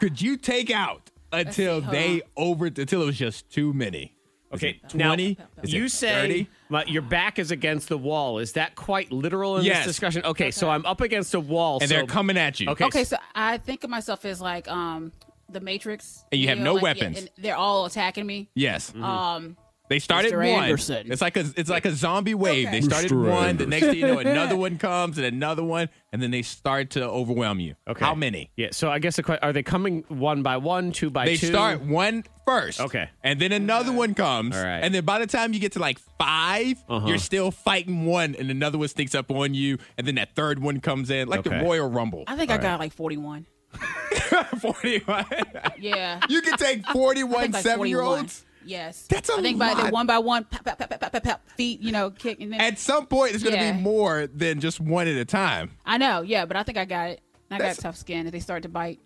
could you take out until they over until it was just too many? Is Okay, it now 20? Is you it say 30? my, your back is against the wall. Is that quite literal in Yes. this discussion? Okay, so I'm up against a wall, and so, they're coming at you. Okay, Okay, so I think of myself as like um the Matrix. And you have know, no like, yeah, weapons. Mm-hmm. and they're all attacking me. Yes. Um, They started Mr. one. Anderson. It's like a it's like a zombie wave. Okay. They started Mr. one. The Anderson. next thing you know, <laughs> another one comes and another one, and then they start to overwhelm you. Okay. How many? Yeah. So I guess the que- are they coming one by one, two by They two? start one first. Okay. And then another one comes. All right. And then by the time you get to like 5 Uh-huh. you're still fighting one, and another one sneaks up on you, and then that third one comes in, like Okay. the Royal Rumble. I <laughs> think I got like 41. <laughs> 41. Yeah. <laughs> you can take 41 seven year olds. Yes. That's a I think by lot. the one by one, pop, pop, pop, pop, pop, pop, pop, feet, you know, kick. And then, At some point, it's going to Yeah. be more than just one at a time. I know, yeah, but I think I got it. I got tough skin and they start to bite.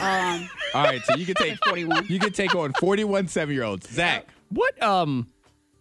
Um, All right, so you can take 41. You can take on 41 seven year olds. Zach. What um,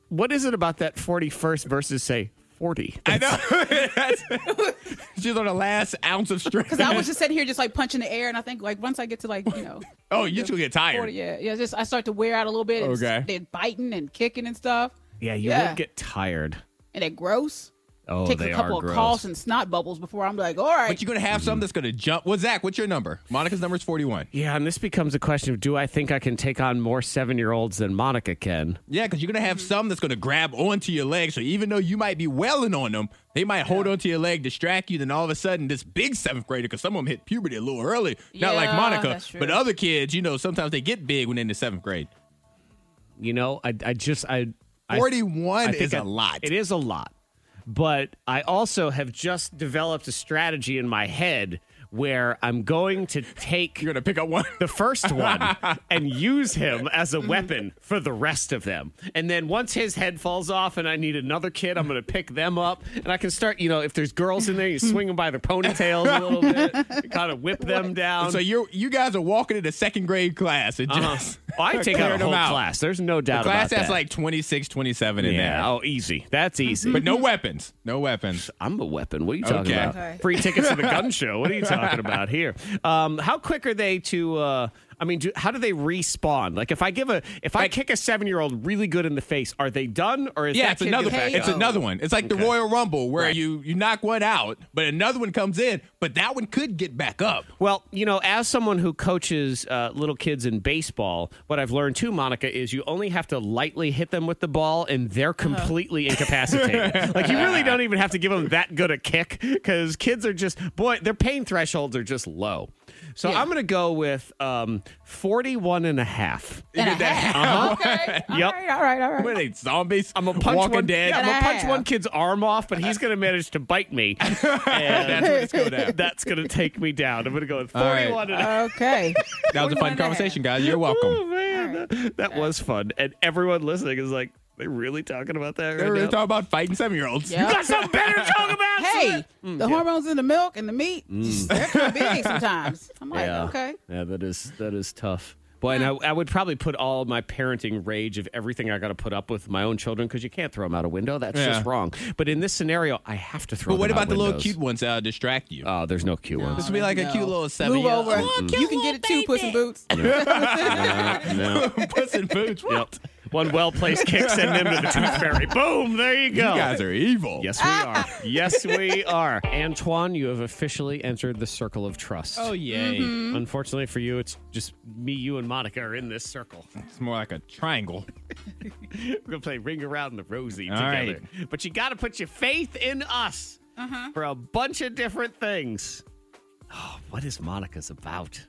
what is it about that forty first versus say forty? I know. <laughs> She's on the last ounce of strength. Because I <laughs> was just sitting here just like punching the air and I think like once I get to like, <laughs> you know, Oh, you two get tired. 40, yeah, yeah, just I start to wear out a little bit. And Okay. s- They're biting and kicking and stuff. Yeah, you Yeah. would get tired. And they're gross. Oh, Takes they a couple are of gross. coughs and snot bubbles before I'm like, all But right. you're gonna have some that's gonna jump. Well, Zach, what's your number? Monica's number is 41. yeah, and this becomes a question of do I think I can take on more seven year olds than Monica can? Yeah, because you're gonna have some that's gonna grab onto your leg. So even though you might be wailing on them, they might hold onto your leg, distract you. Then all of a sudden, this big seventh grader, because some of them hit puberty a little early, not like Yeah, Monica, that's true. but other kids, you know, sometimes they get big when they're in the seventh grade. You know, I I just I I- 41 I think is a I- lot. It is a lot. But I also have just developed a strategy in my head where I'm going to take You're gonna pick up one. the first <laughs> one and use him as a weapon for the rest of them. And then once his head falls off and I need another kid, I'm going to pick them up and I can start, you know, if there's girls in there, you swing them by their ponytails a little bit, kind of whip them down. so you're you guys are walking into second grade class. It Um, Uh-huh. just <laughs> Oh, I take out cleared a 'em whole class. There's no doubt Class about that's that. like 26, 27 in yeah, there. oh, easy. That's easy. But no weapons. <laughs> No weapons. I'm a weapon. What are you talking Okay. about? Okay. Free tickets to the gun show. What are you talking about here? Um, how quick are they to? Uh, I mean, do, how do they respawn? Like, if I give a, if I kick a seven year old really good in the face, are they done or is Yeah, that it's kid another. gonna back It's up? another one. It's like the Okay. Royal Rumble where Right. you you knock one out, but another one comes in, but that one could get back up. Well, you know, as someone who coaches uh, little kids in baseball, what I've learned too, Monica, is you only have to lightly hit them with the ball, and they're Uh-huh. completely <laughs> incapacitated. like you really don't even have to give them that good a kick because kids are just boy, their pain thresholds are just low. So I'm going to go with um, 41 and a half. And You I did that. <laughs> have. Okay. All Yep. right, all right, all <laughs> right. What are they zombies? I'm gonna punch Walking one. Dead. Yeah, I'm gonna And a punch half. one kid's arm off, but he's gonna manage to bite <laughs> me. And That's where it's going down. that's gonna take me down. I'm gonna go with All right. 41 and a half. Okay. <laughs> That was a fun 41 and a half. conversation, guys. You're welcome. Oh man, that, that was fun, and everyone listening is like, "They really talking about that They right were now?" talking about fighting seven year olds. Yeah. Got something better to talk about? <laughs> Hey, Mm. the hormones in the milk and the meat, they're kind <laughs> of big sometimes. I'm like, okay. yeah, that is that is tough. Boy, and I, I would probably put all my parenting rage of everything I got to put up with my own children because you can't throw them out a window. That's Yeah. just wrong. But in this scenario, I have to throw. <laughs> But what them out about the little windows. cute ones that distract you? Oh, there's no cute <laughs> ones. This would be like a cute little seven Move year old. over. You can get it too, Puss in Boots. <laughs> <laughs> Puss in Boots. What? Uh, Yep. One well placed kick send them to the tooth <laughs> fairy. Boom! There you go. You guys are evil. Yes, we <laughs> are. yes, we are. Antoine, you have officially entered the circle of trust. Oh yay! Mm-hmm. Unfortunately for you, it's just me, you, and Monica are in this circle. <laughs> It's more like a triangle. <laughs> We're gonna play Ring Around the Rosie All together. right. But you gotta put your faith in us Uh-huh. for a bunch of different things. Oh, what is Monica's about?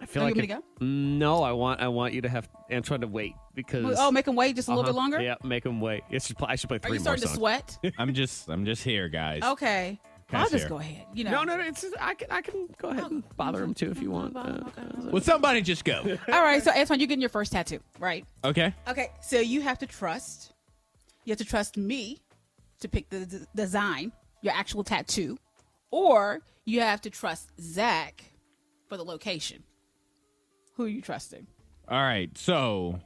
I feel Oh, you like want me to if- go? no, I want I want you to have Antoine to wait because Oh, make them wait just a little Uh-huh. bit longer? Yeah, make him wait. It should pl- I should play Are three you more starting to songs. <laughs> sweat? I'm just I'm just here, guys. Okay. Pass I'll just here. go ahead. You know. No, no, no. It's I can I can go ahead and bother him too if you want. Uh, Well, somebody just go. All right, so Antoine, you're getting your first tattoo, right? Okay. Okay, so you have to trust. You have to trust me to pick the d- design, your actual tattoo, or you have to trust Zach for the location. Who are you trusting? All right. So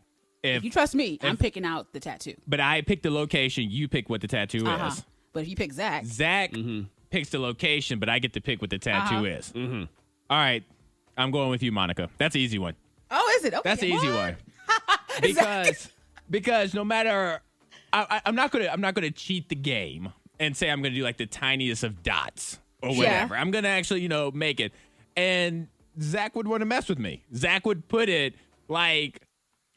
if If you trust me, I'm picking out the tattoo. But I pick the location. You pick what the tattoo Uh-huh. is. But if you pick Zach, Zach picks the location, but I get to pick what the tattoo Uh-huh. is. Mm-hmm. right, I'm going with you, Monica. That's an easy one. oh, is it? Okay, That's the easy what? one. Because because no matter, I, I, I'm not gonna I'm not gonna cheat the game and say I'm gonna do like the tiniest of dots or Yeah. whatever. I'm gonna actually you know make it. And Zach would want to mess with me. Zach would put it like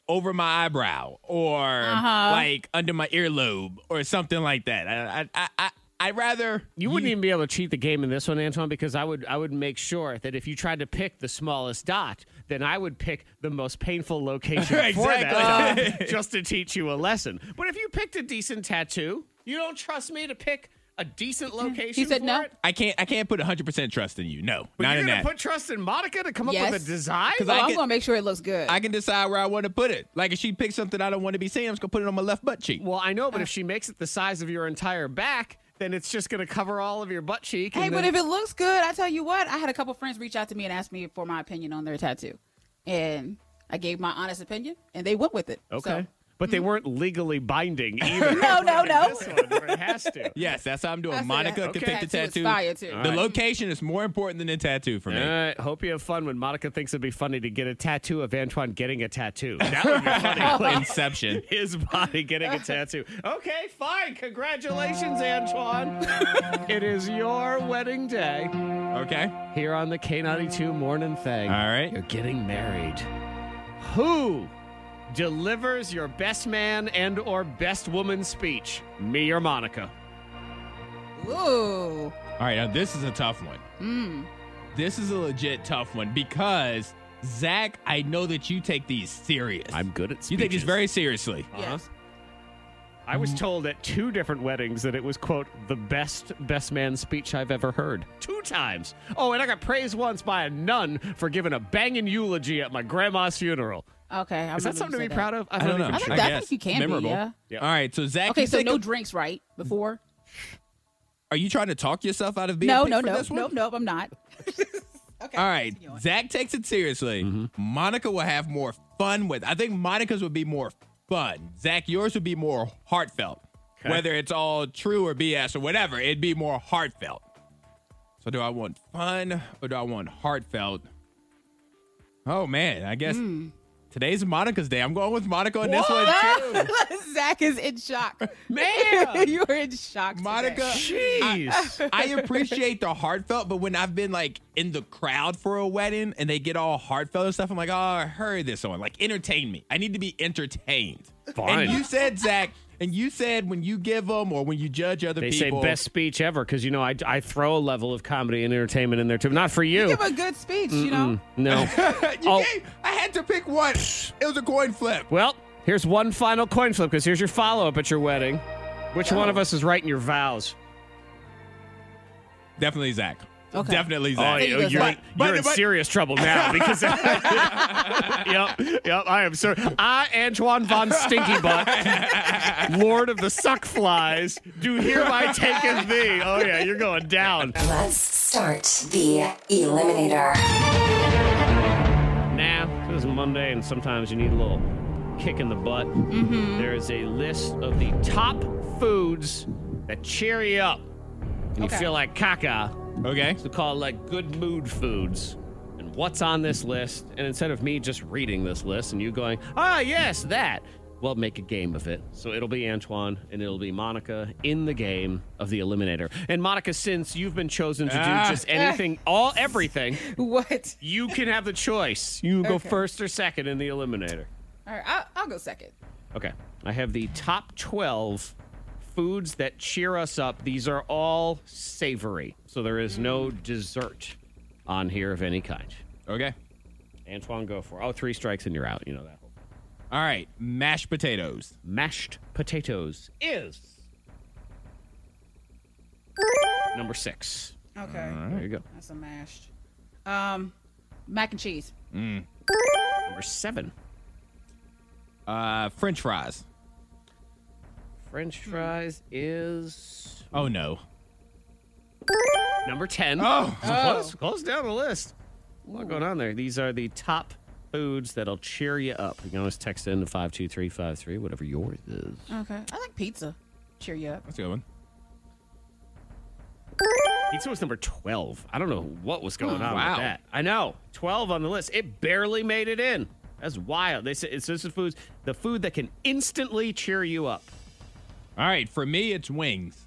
over my eyebrow or like under my earlobe or something like that. I I I I would rather You wouldn't even be able to cheat the game in this one, Antoine, because I would I would make sure that if you tried to pick the smallest dot, then I would pick the most painful <laughs> location for that Exactly. <laughs> dot, just to teach you a lesson. But if you picked a decent tattoo, you don't trust me to pick a decent location. said for no. It? I can't I can't put 100% trust in you. No. But not you're in gonna that. put trust in Monica to come up Yes. with a design? 'Cause Oh, I I'm get- gonna make sure it looks good. I can decide where I want to put it. Like if she picks something I don't want to be seeing, I'm just gonna put it on my left butt cheek. well, I know, but if Oh. she makes it the size of your entire back, then it's just gonna cover all of your butt cheek. hey, and but then- if it looks good, I tell you what, I had a couple friends reach out to me and ask me for my opinion on their tattoo, and I gave my honest opinion, and they went with it. So- okay, but they weren't legally binding either. <laughs> No, no, <laughs> no. This one, where it has to. Yes, that's how I'm doing. That's it. Monica can Okay. pick the Tattoo tattoo. is fire, too. The All right. location is more important than the tattoo for me. All right. Hope you have fun when Monica thinks it'd be funny to get a tattoo of Antoine getting a tattoo. That <laughs> would be funny. Like, Inception. his body getting a tattoo. Okay, fine. Congratulations, Antoine. it is your wedding day Okay. here on the K92 Morning Thing. All right. You're getting married. Who delivers your best man and or best woman speech? Me or Monica? Ooh. All right, now this is a tough one. Mm. This is a legit tough one because Zach, I know that you take these serious. good at you take these very seriously. Yes. I was told at two different weddings that it was, quote, the best best man speech I've ever heard. Two times. Oh, and I got praised once by a nun for giving a banging eulogy at my grandma's funeral. Okay. I Is that something to be proud of? I don't know. I think that- I think you can be, Memorable. yeah. Yep. All right, so Zach, Okay, you so take no a- drinks, right? Before? are you trying to talk yourself out of being No, picked no, for no, this one? no, no. I'm not. okay. All right, continue on. Zach takes it seriously. Monica will have more fun with. I think Monica's would be more fun. Zach, yours would be more heartfelt. Whether it's all true or BS or whatever, it'd be more heartfelt. So, do I want fun or do I want heartfelt? Oh man, I guess today's Monica's day. I'm going with Monica on this one. too. <laughs> Zach is <laughs> in shock. Man! You're in shock. today. Monica, Jeez. I appreciate the heartfelt, but when I've been like in the crowd for a wedding and they get all heartfelt and stuff, I'm like, oh, I heard this on. Like, entertain me. I need to be entertained. Fine. And you said, Zach, and you said when you give them or when you judge other They say people. best speech ever because, you know, I, I throw a level of comedy and entertainment in there too. Not for you. Give a good speech, you know? No. <laughs> <laughs> You Oh. gave- I had to pick one. It was a coin flip. Well, here's one final coin flip because here's your follow up at your wedding. Which one of us is writing your vows? Definitely Zach. Okay. Definitely Oh, Zach. you you're, go, you're, Zach. But- you're in but- serious trouble <laughs> now because. <laughs> yep, yep. I am sir. I, Antoine von Stinky Butt, Lord of the Suck Flies, do hereby taketh thee. Oh yeah, you're going down. Let's start the eliminator. Nah, this is Monday, and sometimes you need a little kick in the butt. There is a list of the top foods that cheer you up. And Okay. You feel like caca. Okay. to call like good mood foods and what's on this list and instead of me just reading this list and you going ah yes that well make a game of it so it'll be antoine and it'll be monica in the game of the eliminator and monica since you've been chosen to do Ah. just anything all everything What? you can have the choice you go Okay. first or second in the eliminator All right, I'll, I'll go second. Okay. I have the top 12 foods that cheer us up. These are all savory. So there is no dessert on here of any kind. Okay. Antoine, go for it. Oh, three strikes and you're out. You know that. whole All right. Mashed potatoes. Mashed potatoes is number six. Okay. There you go. That's a mashed. Um, mac and cheese. Number seven. Uh, French fries. French fries is Oh, no. number 10. Oh. Close, close down the list. A lot going on there. These are the top foods that'll cheer you up. You can always text in to 52353, whatever yours is. Okay. I like pizza. Cheer you up. That's a good one. Pizza was number 12. I don't know what was going on Oh, Wow. with that. I know. 12 on the list. It barely made it in. That's wild. They say it's this is foods, the food that can instantly cheer you up. All right. For me, it's wings.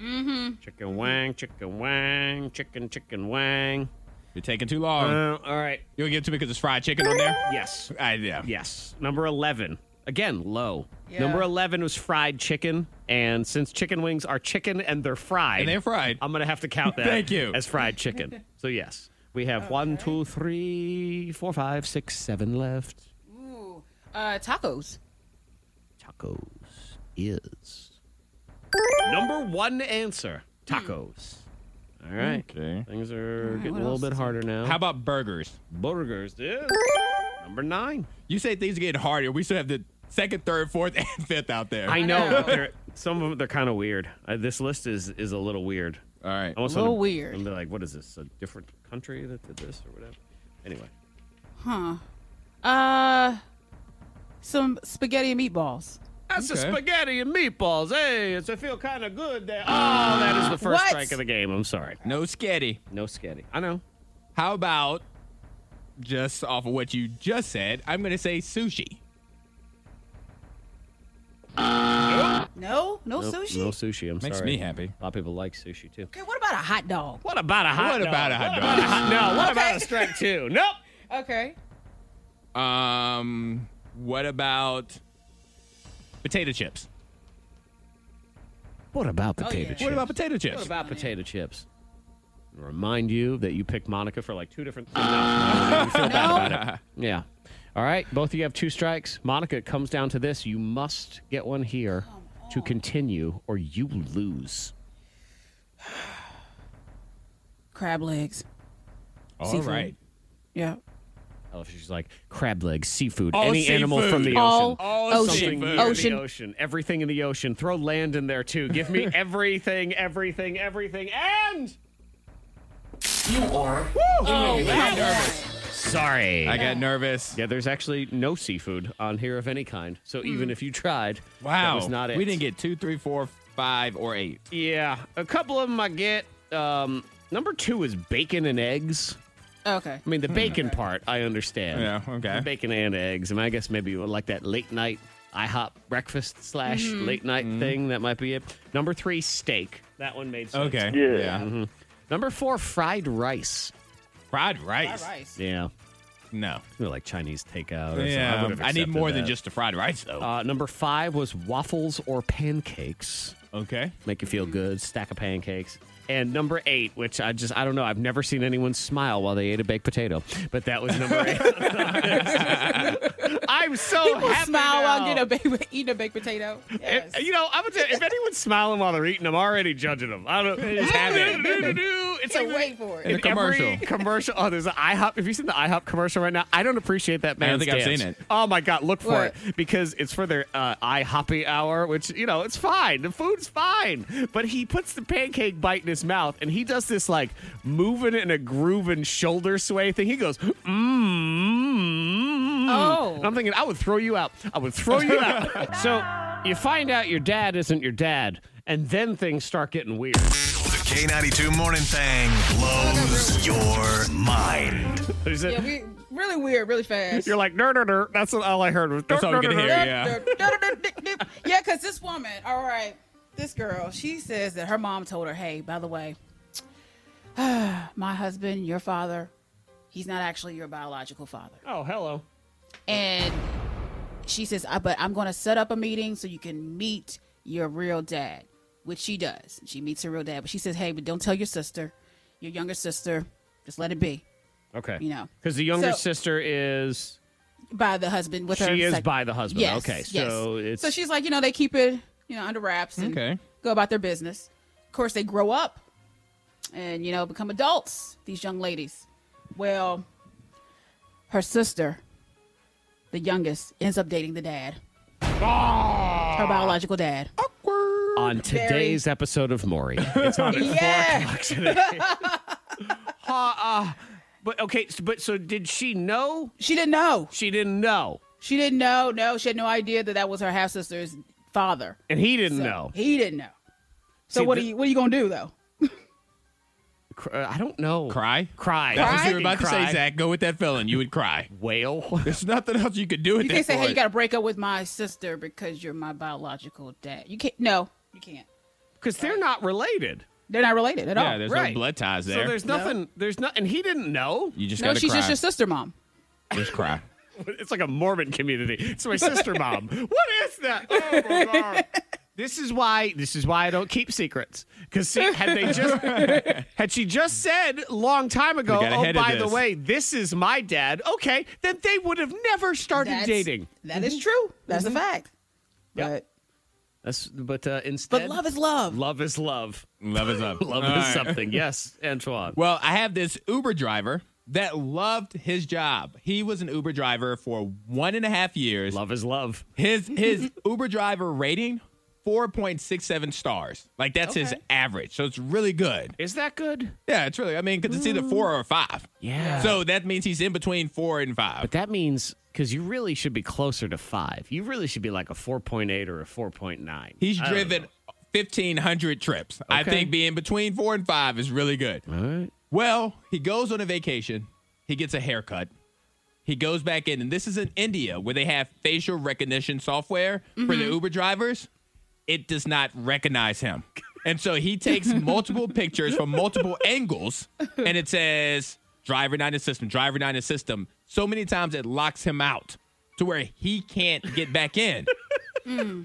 Chicken wang, chicken wang, chicken, chicken wang. You're taking too long. Uh, all right. You'll give it to me because it's fried chicken on there? Yes. I, yeah. Yes. Number 11. Again, low. Number 11 was fried chicken. And since chicken wings are chicken and they're fried, And they're fried. I'm going to have to count that <laughs> Thank you. as fried chicken. So, yes, we have one, two, three, four, five, six, seven left. Uh, tacos. Tacos is number one answer tacos. All right. Okay. Things are getting a little bit harder now. How about burgers? burgers? Is number nine. You say things are getting harder. We still have the second, third, fourth, <laughs> and fifth out there. I know. but they're, some of them they're kind of weird. Uh, this list is is a little weird. All right. Almost A little wanna- weird. I'm like, what is this? A different country that did this or whatever? Anyway, Uh, some spaghetti and meatballs. that's Okay. a spaghetti and meatballs. Hey, it's, I feel kind of good there. Oh, that is the first What? strike of the game. I'm sorry. No sketty. No sketty. I know. How about just off of what you just said, I'm going to say sushi. No, no, No Oh, sushi. No sushi. I'm Makes sorry. me happy. A lot of people like sushi too. Okay, what about a hot dog? What about a hot What dog? about a hot What dog? about a hot- no, what about Okay. a strike two? Nope. Okay. <laughs> Um, what about potato chips? What about potato yeah. chips? What about potato chips? What about potato chips? Remind you that you picked Monica for like two different things. No, no, you feel bad about it. Yeah. All right. Both of you have two strikes. Monica, it comes down to this. You must get one here to continue or you lose. Crab legs. All Seafood. right. Yeah. Oh, she's like crab legs, seafood, All any animal seafood. from the All, ocean. All ocean. Something near seafood. the Ocean. ocean. Everything in the ocean. Throw land in there too. Give me everything, everything, everything, and Oh, You are sorry. I got nervous. Yeah, there's actually no seafood on here of any kind. So even if you tried, that Wow. was not it. We didn't get two, three, four, five, or eight. Yeah, a couple of them I get. Um, number two is bacon and eggs. Okay. I mean, the bacon part I understand. Hmm. Yeah, okay. The bacon and eggs. I mean, I guess maybe you would like that late night IHOP breakfast slash late night Hmm. thing. That might be it. Number three, steak. That one made sense. Okay. Yeah. Number four, fried rice. Fried rice. Yeah, No. you know, like Chinese takeout. Or something. I, Yeah. would have I, need accepted more than that. just the fried rice, though. Uh, number five was waffles or pancakes. okay. make you feel good, stack of pancakes. And number eight, which I just, I don't know, I've never seen anyone smile while they ate a baked potato, but that was number <laughs> eight. <laughs> I'm so People happy. now. smile while getting a baked, eating a <laughs> baked potato. Yes. If- you know, I'm gonna tell you, if anyone's smiling whill they are eating, I'm already judging them. I don't. just <laughs> have it. It's Can't like wait for it. in In the commercial. Every <laughs> commercial. Oh, there's an IHOP. Have you seen the IHOP commercial right now? I don't appreciate that man. don't think I've seen it. Oh my god, look for What? it because it's for their uh, IHOPPY hour, which you know it's fine. The food's fine, but he puts the pancake bite in his mouth and he does this like moving in a grooving shoulder sway thing. He goes, mmm. Oh. And I'm thinking I would throw you out. I would throw you out. <laughs> so you find out your dad isn't your dad, and then things start getting weird. The K92 Morning Thang blows your mind. Is it- Yeah, we really weird, really fast. You're like, no, no, no. That's what, all I heard was. That's all we "Dur, could dur, dur, hear, dur." <laughs> yeah. yeah, because this woman, all right, this girl, she says that her mom told her, hey, by the way, <sighs> my husband, your father, he's not actually your biological father. Oh, hello. And she says, I, but I'm going to set up a meeting so you can meet your real dad, which she does. She meets her real dad, but she says, hey, but don't tell your sister, your younger sister, just let it be Okay. You know. because the younger So- sister is by the husband with her. she is sec- by the husband. Yes, okay, yes. so it's so she's like, you know, they keep it, you know, under wraps and Okay. go about their business. Of course, they grow up and you know become adults. These young ladies. Well, her sister, the youngest, ends up dating the dad, her biological dad. on today's episode of Maury. It's on at Yeah. four o'clock today. Ha, uh, <laughs> but okay, s- but so did she know? She didn't know. She didn't know, She didn't know. No, she had no idea that that was her half sister's father. and he didn't So know. He didn't know. So See, what the- are you what are you gonna do though? Cr- uh, I don't know. Cry? cry. That's Cry? what you were about to Cry. say, Zach. Go with that feeling. You would cry. <laughs> Whale. <laughs> There's nothing else you could do at You that can't say, "Hey, point. you got to break up with my sister because you're my biological dad." You can't. No, you can't. Because they're not related. They're not related at all. Yeah, there's Right. no blood ties So there. there's nothing. There's not, and he didn't know. you just no, gotta she's cry. just your sister mom. Just cry. <laughs> It's like a Mormon community. It's my sister mom. <laughs> what is that? Oh my god. This is why this is why I don't keep secrets. Cause see, had they <laughs> just had she just said long time ago, We got oh ahead of by the this." way, this is my dad, okay, then they would have never started That's- dating. That is true. That's a fact. Yep. But That's but uh, but instead love is love. love is love. Love is up. Love All is right. something. Yes, Antoine. Well, I have this Uber driver that loved his job. He was an Uber driver for one and a half years. love is love. His his Uber driver rating, four point six seven stars. Like that's his Okay. average. So it's really good. Is that good? Yeah, it's really. I mean, because it's either four or five. Mm. Yeah. So that means he's in between four and five. But that means because you really should be closer to five. You really should be like a four point eight or a four point nine. He's driven fifteen hundred trips. I Okay. think being between four and five is really good. All right. Well, he goes on a vacation. He gets a haircut. He goes back in, and this is in India where they have facial recognition software for the Uber drivers. It does not recognize him. And so he takes multiple pictures from multiple angles, and it says, driver not in system, driver not in system. So many times it locks him out to where he can't get back in.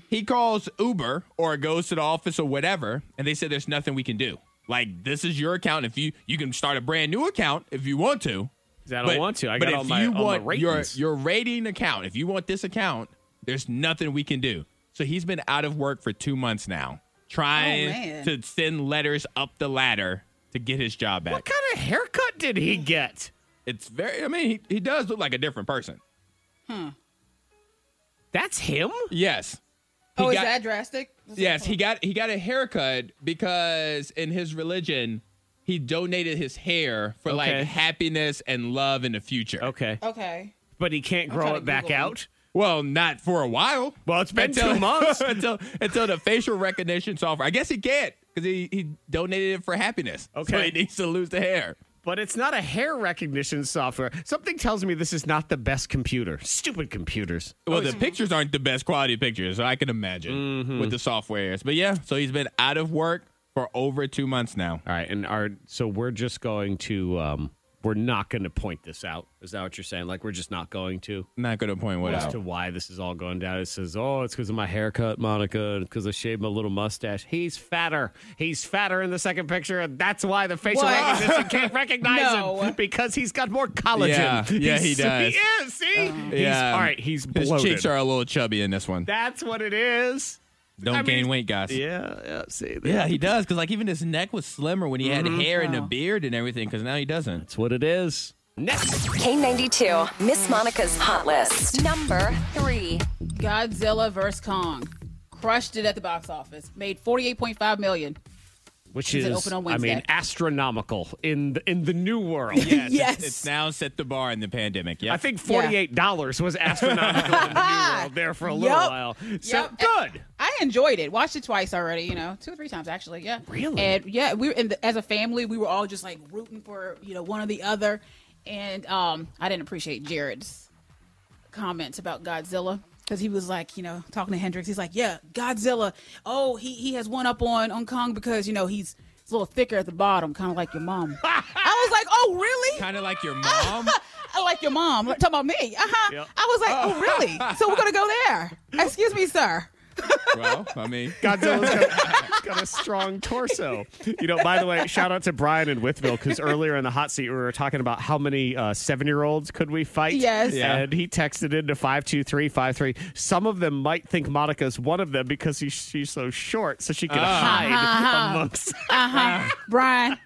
He calls Uber or goes to the office or whatever, and they said there's nothing we can do. Like this is your account. If you you can start a brand new account if you want to. I don't want to. I but got if all my- you all my want your ratings. your rating account, if you want this account, there's nothing we can do. So he's been out of work for two months now, trying Oh, man. to send letters up the ladder to get his job back. What kind of haircut did he get? It's very. I mean, he, he does look like a different person. That's him? Yes. He oh, is got- that drastic? Yes, he got he got a haircut because in his religion, he donated his hair for Okay. like happiness and love in the future. Okay. Okay. But he can't trying grow to it back Google him. out? Well, not for a while. Well, it's been <laughs> two months. until until the facial recognition software. I guess he can't because he he donated it for happiness. so Okay. he needs to lose the hair. But it's not a hair recognition software. Something tells me this is not the best computer. Stupid computers. Well, the pictures aren't the best quality pictures I can imagine Mm-hmm. with the softwares. But yeah, so he's been out of work for over two months now. All right, and our so we're just going to um we're not going to point this out. Is that what you're saying? Like we're just not going to Not going to point what as out. to why this is all going down. It says, "Oh, it's because of my haircut, Monica, and because I shaved my little mustache." He's fatter. He's fatter in the second picture, and that's why the facial What? <laughs> recognition can't recognize No. him because he's got more collagen. Yeah. Yeah, he He's- does. <laughs> He is. See, Oh. he's, Yeah. all right. He's His bloated. cheeks are a little chubby in this one. that's what it is. Don't I gain mean- weight, guys. Yeah, yeah. See, Yeah, he does. Because like even his neck was slimmer when he had Mm-hmm. hair and a beard and everything. Because now he doesn't. that's what it is. Next, K92, Miss Monica's Hot List. Number three. Godzilla vs Kong crushed it at the box office. Made 48.5 million. which Is is, it open on I mean, Wednesday? astronomical in the, in the new <laughs> world. Yes. It's, now set the bar in the pandemic. Yeah. I think forty-eight dollars was astronomical in the new world there for a little Yup. while. So Yep. good. I enjoyed it. Watched it twice already, you know, two or three times actually. Yeah. Really? And yeah, we were in the, as a family, we were all just like rooting for, you know, one or the other. And um I didn't appreciate Jared's comments about Godzilla because he was like, you know, talking to Hendrix. He's like, "Yeah, Godzilla. Oh, he he has one up on on Kong because, you know, he's he's a little thicker at the bottom, kind of like <laughs> your mom." I was like, "Oh, really?" kind of like your mom. I like your mom. Talk about me. Uh huh. Yep. I was like, oh, really? <laughs> So we're going to go there. Excuse me, sir. well, <laughs> I mean, Godzilla's got, <laughs> got a strong torso. You know, by the way, shout out to Brian and Withville because earlier in the hot seat we were talking about how many uh, seven-year-olds could we fight. Yes. Yeah. and he texted into five two three five three. Some of them might think Monica's one of them because he, she's so short, so she can hide <laughs> amongst. Brian.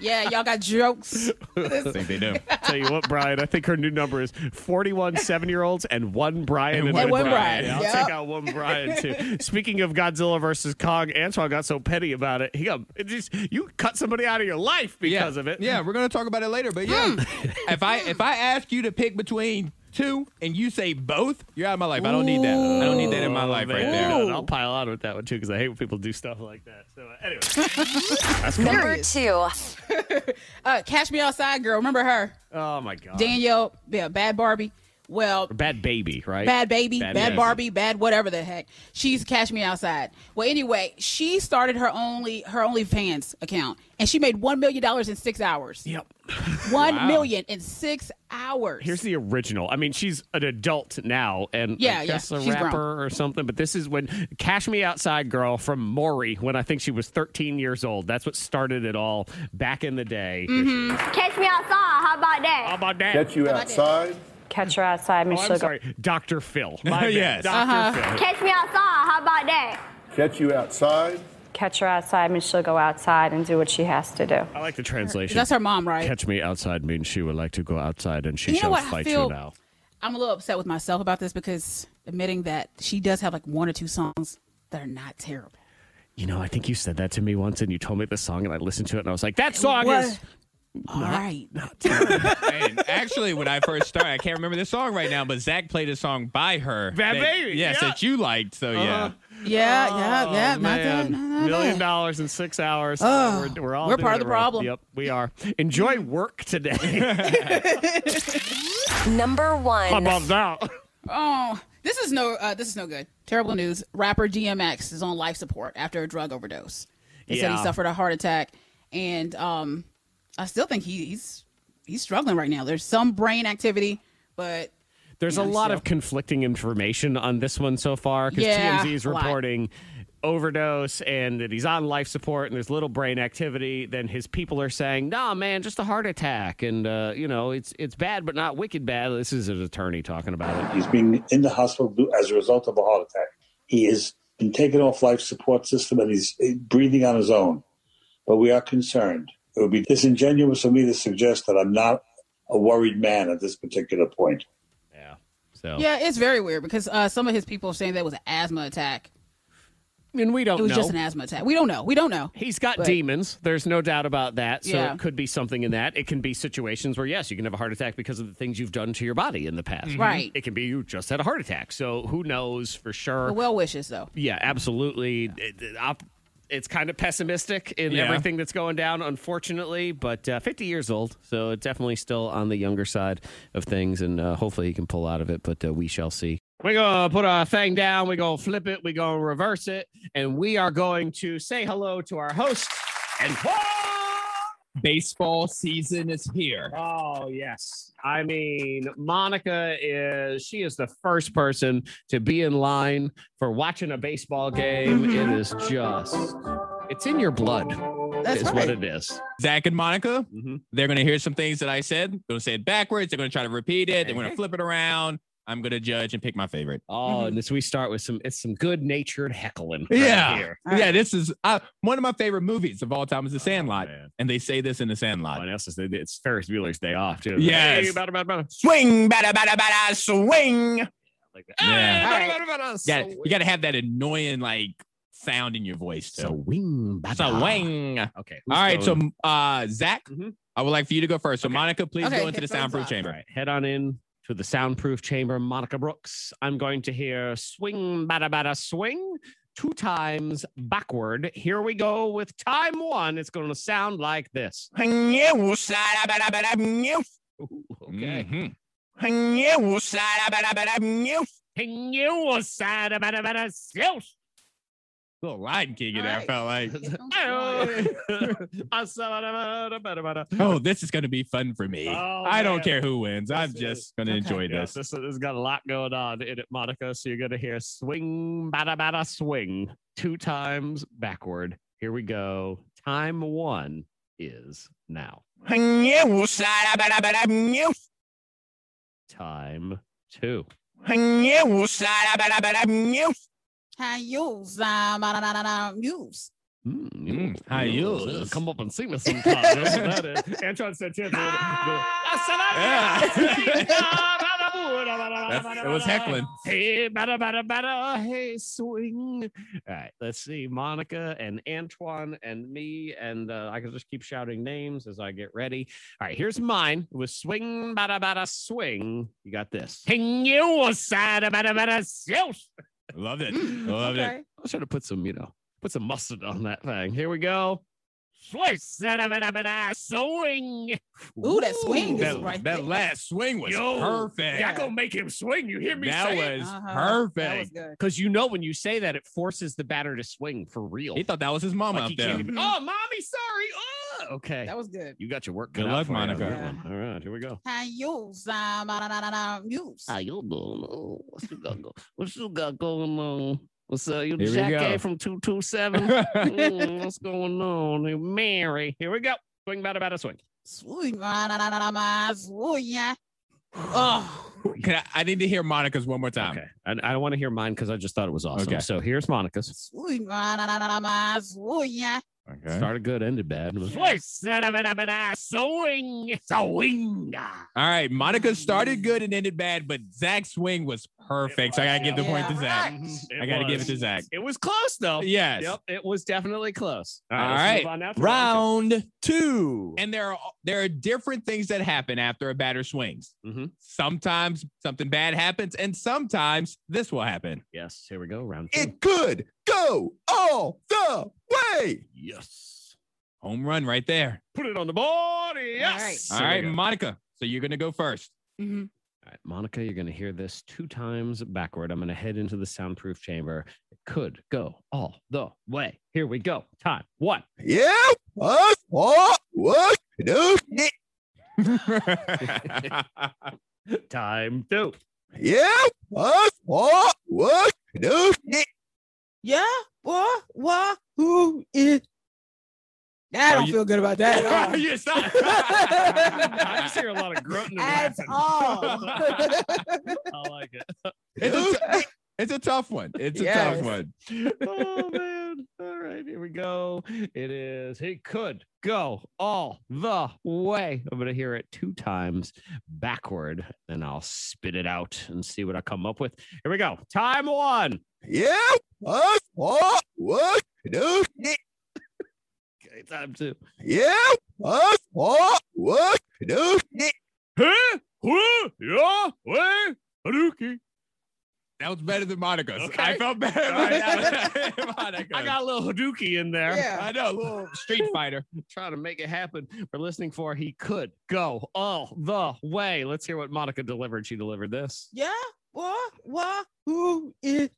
Yeah, y'all got jokes. I think they do. <laughs> Tell you what, Brian, I think her new number is 41 seven year olds and one Brian And and, one a Brian. I'll Yep. take out one Brian too. Speaking of Godzilla versus Kong, Antoine got so petty about it. He got it just you cut somebody out of your life because yeah. of it. Hmm. Yeah, we're gonna talk about it later. But yeah, <laughs> if I if I ask you to pick between two and you say both, you're out of my life. I don't need that. I don't need that in my life right Oh, Man, there. and I'll pile on with that one too because I hate when people do stuff like that. So uh, anyway, Number two. Uh, Catch Me Outside Girl. Remember her? oh my god, Danielle, yeah, Bad Barbie. Well, Bad baby, right? bad baby, Bad bad, Baby. Barbie, bad whatever the heck. She used to catch me outside. Well, anyway, she started her only her OnlyFans account, and she made one million dollars in six hours. Yep. One million in six hours. Here's the original. I mean, she's an adult now, and Yeah, I yeah, guess a she's grown. rapper or something. But this is when "Cash Me Outside" girl from Maury, when I think she was 13 years old. That's what started it all back in the day. Mm-hmm. Catch me outside. How about How that? about that? Get you outside. Catch her outside, oh, Miss I'm Sugar. sorry, Dr. Phil. My bad. Yes. Dr. Uh-huh. Phil. Catch me outside. How about that? Get you outside. Catch her outside, means she'll go outside and do what she has to do. I like the translation. That's her mom, right? Catch me outside means she would like to go outside, and she You know shall what? I fight you feel- now. I'm a little upset with myself about this because admitting that she does have like one or two songs that are not terrible. You know, I think you said that to me once, and you told me the song, and I listened to it, and I was like, "That song What? is <laughs> All right. <laughs> And actually, when I first started, I can't remember this song right now, but Zach played a song by her. Bad Baby, Yes, yeah. Uh-huh. that you liked. So, yeah. Yeah, yeah, yeah. Not bad, Oh, Man, not bad. million dollars in six hours. we're, we're all we're doing part of it the wrong. problem. Mm-hmm. Yep, we are. Enjoy work <laughs> today. Number How one. about that? Oh, this is no, uh, this is no good. Terrible news. Rapper DMX is on life support after a drug overdose. They said he Yeah. suffered a heart attack, and um, I still think he, he's he's struggling right now. There's some brain activity, but There's a Yeah, lot so- of conflicting information on this one so far because Yeah, TMZ is a lot. reporting overdose and that he's on life support and there's little brain activity. Then his people are saying, "Nah, man, just a heart attack," and uh, you know it's it's bad, but not wicked bad. This is his attorney talking about it. He's being in the hospital due- as a result of a heart attack. He has been taken off life support system and he's eh, breathing on his own. But we are concerned. It would be disingenuous of me to suggest that I'm not a worried man at this particular point. Yeah. So yeah, it's very weird because uh, some of his people are saying that was an asthma attack. and we don't It was know. just an asthma attack. We don't know. We don't know. He's got But- demons. There's no doubt about that. So Yeah. it could be something in that. It can be situations where, yes, you can have a heart attack because of the things you've done to your body in the past. Right. It can be you just had a heart attack. So who knows for sure? Well wishes though. yeah, absolutely. It- it- op- it's kind of pessimistic in Yeah. everything that's going down, unfortunately, but uh, 50 years old. So it's definitely still on the younger side of things. And uh, hopefully he can pull out of it, but uh, we shall see. We're going to put our thing down. We're going to flip it. We're going to reverse it. And we are going to say hello to our host and Baseball season is here. Oh yes. I mean, Monica is she is the first person to be in line for watching a baseball game. Mm-hmm. It is just it's in your blood. That's is right. what it is. Zach and Monica, Mhm. they're going to hear some things that I said. They're going to say it backwards. They're going to try to repeat it. They're going to flip it around. I'm going to judge and pick my favorite. Oh, Mm-hmm. and this we start with some it's some good natured heckling. right Yeah. here. All right. Yeah, this is uh, one of my favorite movies of all time is The Sandlot. man. and they say this in The Sandlot. Everyone else is- it's Ferris Bueller's day off too. Yes. Hey, bada, bada, bada. Swing, bada, bada, bada, swing. Like that. Yeah. Hey, bada, bada, bada. Yeah, you got to have that annoying like sound in your voice. So Too. wing. bada. So swing. All Okay. who's right, so going? uh, Zach, Mhm. I would like for you to go first. So Monica, please Okay, go into okay, the soundproof thumbs up. chamber. All right, head on in to the soundproof chamber, Monica Brooks. I'm going to hear swing, bada, bada, swing two times backward. Here we go with time one. It's going to sound like this. Ooh, okay. Mhm. Can you side bada, bada, south? Little Lion King, it All I right. felt like. <laughs> Ah, Asada, bada, bada, bada. Oh, this is going to be fun for me. Oh, I don't man. care who wins. I'm This is- just going to Okay. enjoy Yeah, this. this has got a lot going on in it, Monica. So you're going to hear swing, bada, bada, swing two times backward. Here we go. Time one is now. Time two. Hi, use um, uh, uh, uh, use. Mm, Mm, hi, yours. Come up and sing <laughs> me sometime. That's what that is. <laughs> Antoine Santana. Ah. <laughs> That's- it was heckling. <laughs> Hey, bada, bada, bada. Hey, swing. All right, let's see. Monica and Antoine and me. And uh, I can just keep shouting names as I get ready. All right, here's mine. It was swing, bada, bada, swing. You got this. Hing you, side, bada, bada, south. Love it. Love it. I should have put some, you know, put some mustard on that thing. Here we go. Swish, son of a swing. Ooh, that swing is That, right that there. last swing was Yo, perfect. Y'all gonna make him swing. You hear me that say was Uh-huh. That was perfect. good. Because you know when you say that, it forces the batter to swing for real. He thought that was his mom Like, out he there. can't even- oh, mommy, sorry. Oh, okay. That was good. you got your work. Good cut out luck, for you on Monica. that one. All right, here we go. I use, um, uh, uh, uh, uh, use. How you doing? Oh, what you got go- What you got going on? What's up? You Here we Jack go. A from 227? <laughs> Mm, what's going on? Hey, Mary. Here we go. Swing, batter, batter, swing. Swing, uh, uh, uh, uh, uh, swing, yeah. Oh, Can I, I need to hear Monica's one more time. Okay. I, I don't want to hear mine because I just thought it was awesome. Okay. So here's Monica's. swing, uh, uh, uh, uh, uh, swing, yeah. Started good, ended bad. Swing, swing. All right. Monica started good and ended bad, but Zach's swing was perfect. So I gotta give the point to Yeah. Zach. It I gotta give it was. to Zach. Mm-hmm. It was close though. Yes. Yep, it was definitely close. All All let's right. move on now to round Round two. and there are there are different things that happen after a batter swings. Mhm. Sometimes something bad happens, and sometimes this will happen. yes, here we go. Round two. It could go all Oh, the way. yes. Home run right there. Put it on the board. Yes. all right, Monica. So you're gonna <laughs> go <laughs> first. Mhm. All right, Monica, you're going to hear this two times backward. I'm going to head into the soundproof chamber. It could go all the way. Here we go. Time one. Yeah. What? What? What? No. Time two. yeah. What? What? What? No. Yeah, what, what, who is? I Are don't you- feel good <laughs> about <laughs> that. um, at all. Yes. <laughs> I just hear a lot of grunting. and At <laughs> laughing. all. I like it. It's a, t- it's a tough one. It's a Yes. tough one. oh man. All right, here we go. It is he could go all the way. I'm gonna hear it two times backward, and I'll spit it out and see what I come up with. Here we go. Time one. Yeah. What? What? What? No. Okay, time two. Yeah. What? What? What? No. I That was better than Monica's. Okay. I <laughs> felt better about that <laughs> <laughs> than Monica's. got a little Hadouki in there. Yeah. I know, a little Street <laughs> Fighter. Trying to make it happen. We're listening for he could go all the way. Let's hear what Monica delivered. She delivered this. Yeah, what, what, who is?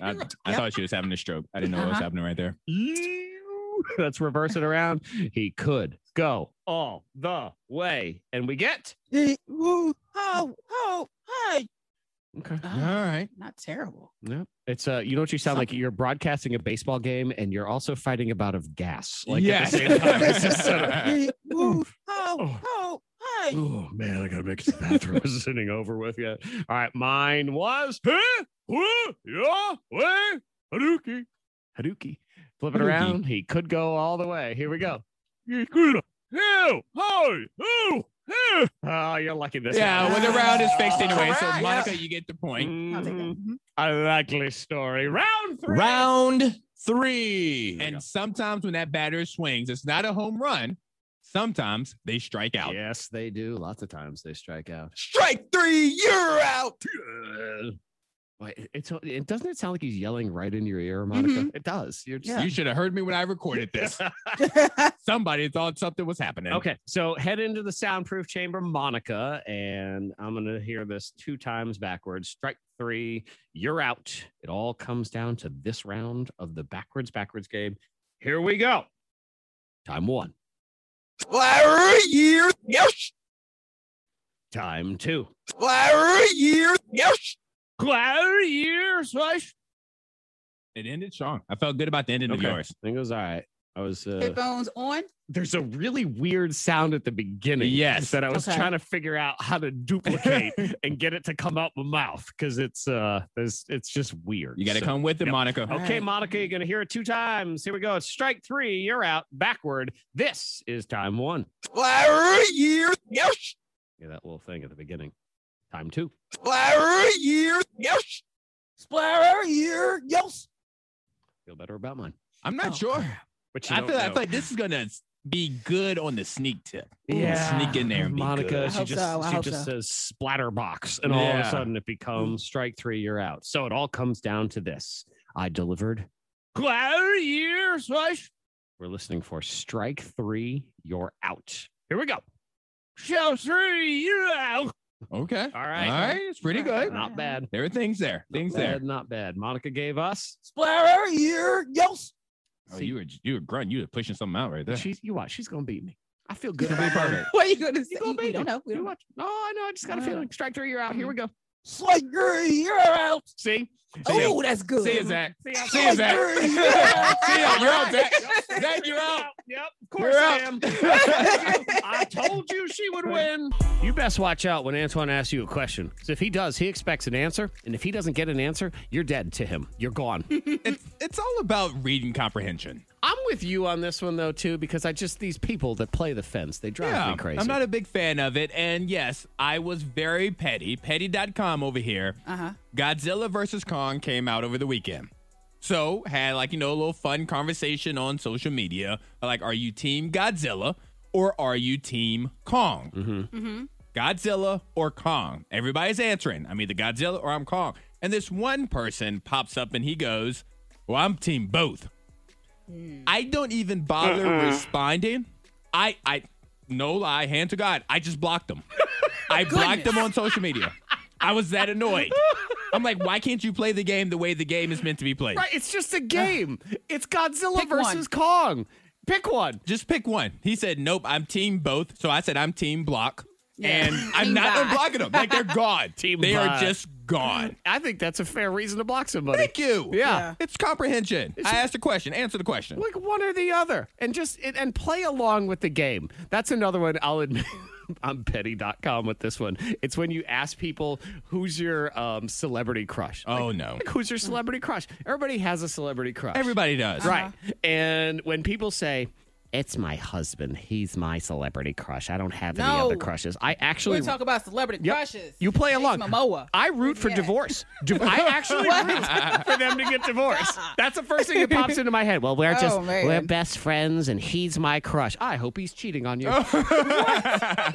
I, I thought she was having a stroke. I didn't know what was Uh-huh. happening right there. <laughs> Let's reverse it around. He could go all the way. And we get. it, Who? How? oh, How? Hi. Okay. Ah, right. Not terrible. Yeah. It's uh you know what you sound like? You're broadcasting a baseball game and you're also fighting a bout of gas. Like yes. at the same <laughs> time. It's just sort of- It, Who? Oh. How? How? Hi. Oh man, I gotta make it to the bathroom. It's sitting over with yet. All right, mine was Huh? Huh? Yeah? Way? Hadouki. Hadouki. Flip it Hadouki. around. He could go all the way. Here we go. Yikuda. Ew. Hoi. Ew. Ew. Oh, you're lucky this Yeah, one. well, the round is fixed anyway. So, Correct. Monica, you get the point. I'll take Mhm. that. Mhm. A likely story. Round three. Round three. And sometimes when that batter swings, it's not a home run. Sometimes they strike out. yes, they do. Lots of times they strike out. Strike three, you're out. Wait, it's it doesn't it sound like he's yelling right in your ear, Monica? Mm-hmm. Mhm. It does. You're just Yeah. You should have heard me when I recorded <laughs> this. Somebody thought something was happening. Okay, so head into the soundproof chamber, Monica, and I'm gonna hear this two times backwards. Strike three, you're out. It all comes down to this round of the backwards backwards game. Here we go. Time one. Flower year, yes. Time two. Flower year, yes. Cloud year slash. It ended strong. I felt good about the ending Okay. of yours. I think it was all right. I was. Uh, Headphones on. there's a really weird sound at the beginning. Yes. that I was Okay. trying to figure out how to <laughs> duplicate and get it to come out my mouth because it's uh, there's it's just weird. You got to So- come with it, Yep. Monica. All Okay, right. Monica, you're going to hear it two times. Here we go. It's strike three. You're out. Backward. This is time one. Flower year, yes. Yeah, that little thing at the beginning. Time two. Flower year, yes. Splatter year. Yes. Feel better about mine. I'm not Oh. sure. But you I don't feel, I know. feel like this is gonna be good on the sneak tip. sneak in there and be Monica, good. I she hope just so, I she hope just so. says splatter box, and all of a Yeah. sudden it becomes strike three. You're out. So it all comes down to this. I delivered. Flower year slash. we're listening for Strike Three, You're Out. Here we go. Show three, you're out. Okay. All right. All right. It's pretty good. Not bad. There are things there. Things Bad, there. Not bad. Monica gave us. Splatter here, yes. Oh, you were you were grunt. You were pushing something out right there. She's you watch. She's gonna beat me. I feel good Pretty about it. perfect. What are you going to say? You gonna beat We don't me. know. We You don't know. watch. No, Oh, I know. I just got a Uh, feeling. Strike three, you're out. Here we go. Slinger, you're out. See. See ya. Oh, that's good. See you, Zach. See ya. See you, Zach. <laughs> Slinger, See you're out. ya. You're out, Zach. Zach, you're out. Yep, of course You're I out. am. <laughs> I told you she would win. You best watch out when Antoine asks you a question. 'Cause if he does, he expects an answer. And if he doesn't get an answer, you're dead to him. You're <laughs> gone. It's it's all about reading comprehension. I'm with you on this one, though, too, because I just, these people that play the fence, they drive me crazy. I'm not a big fan of it. And yes, I was very petty. Petty.com over here. Uh-huh. Godzilla versus Kong came out over the weekend. So had like, you know, a little fun conversation on social media. Like, are you team Godzilla or are you team Kong? Godzilla or Kong? Everybody's answering. I'm either Godzilla or I'm Kong. And this one person pops up and he goes, Well, I'm team both. I don't even bother responding. I I no lie, hand to God, I just blocked them. I blocked them on social media. I was that annoyed. I'm like, why can't you play the game the way the game is meant to be played? Right, it's just a <sighs> game. It's Godzilla Pick versus Kong. Pick one. Just pick one. He said, nope, I'm team both. So I said, I'm team block. And I'm Team not bye. unblocking them. Like they're gone. Team they bye. are just gone. I think that's a fair reason to block somebody. Thank you. Yeah. It's comprehension. I asked a question. Answer the question. like one or the other and just and- and play along with the game that's another one i'll admit <laughs> i'm petty.com with this one it's when you ask people who's your um, celebrity crush Oh no. Like, who's your celebrity crush everybody has a celebrity crush Everybody Uh-huh. does. right and when people say it's my husband he's my celebrity crush i don't have any No. other crushes i actually We're talking about celebrity Yep. crushes. You play Jason along. Momoa. I root for <laughs> divorce. Do, I actually root for them to get divorced. That's the first thing that pops into my head. Well, we're just Oh, man. we're best friends, and he's my crush. I hope he's cheating on you. <laughs> Oh.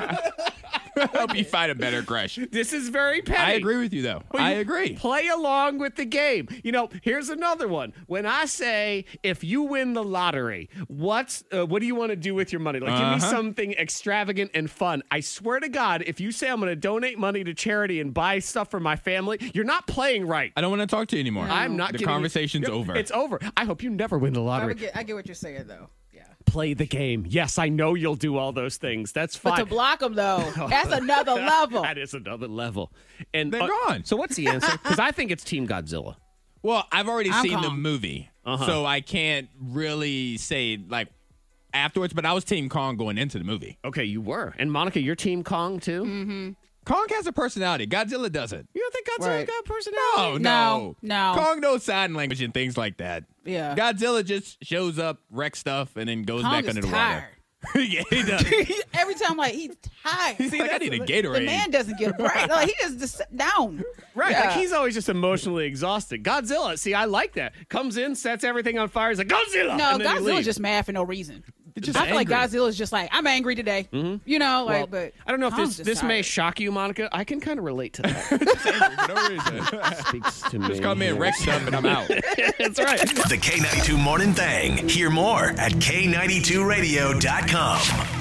Help you find a better crush. <laughs> This is very petty. I agree with you though. But I you agree. Play along with the game. You know, here's another one. When I say if you win the lottery, what's uh, what do you want to do with your money? Like give me Uh-huh. something extravagant and fun. I swear to God, if you say I'm going to donate money to charity and buy stuff for my family, you're not playing right. I don't want to talk to you anymore. I'm not. The getting- conversation's Yep, over. It's over. I hope you never win the I lottery. would get, I get what you're saying though. Yeah. Play the game. Yes, I know you'll do all those things. That's But fine. to block <laughs> them though, that's another level. Oh, that is another level. And uh, They're gone. So what's the <laughs> answer? Because I think it's Team Godzilla. well, I've already I'm seen the Kong. movie, Uh-huh. so I can't really say like afterwards. But I was Team Kong going into the movie. Okay, you were. And Monica, you're Team Kong too. Mm-hmm. Kong has a personality. Godzilla doesn't. You don't think Godzilla Right. got a No, personality? no, No, no. Kong knows sign language and things like that. Yeah. Godzilla just shows up, wrecks stuff, and then goes Kong back is under the tired. <laughs> water. <laughs> yeah, he does. Every time, like he's <laughs> tired. He's like, I need a the Gatorade. man doesn't get a break. Like he just just sit down. Right, Yeah. like he's always just emotionally exhausted. Godzilla, see, I like that. Comes in, sets everything on fire. He's like Godzilla. No, and then he Godzilla's leaves. just mad for no reason. just I feel like angry. Godzilla's just like, I'm angry today. You know, Mm-hmm. Well, like, but I don't know if Kong's this just this may tired. shock you, Monica. I can kind of relate to that. For no reason. Speaks to me. <laughs> Just come in, wreck stuff, and I'm out. <laughs> That's right. The K92 Morning Thang. Hear more at K92Radio.com.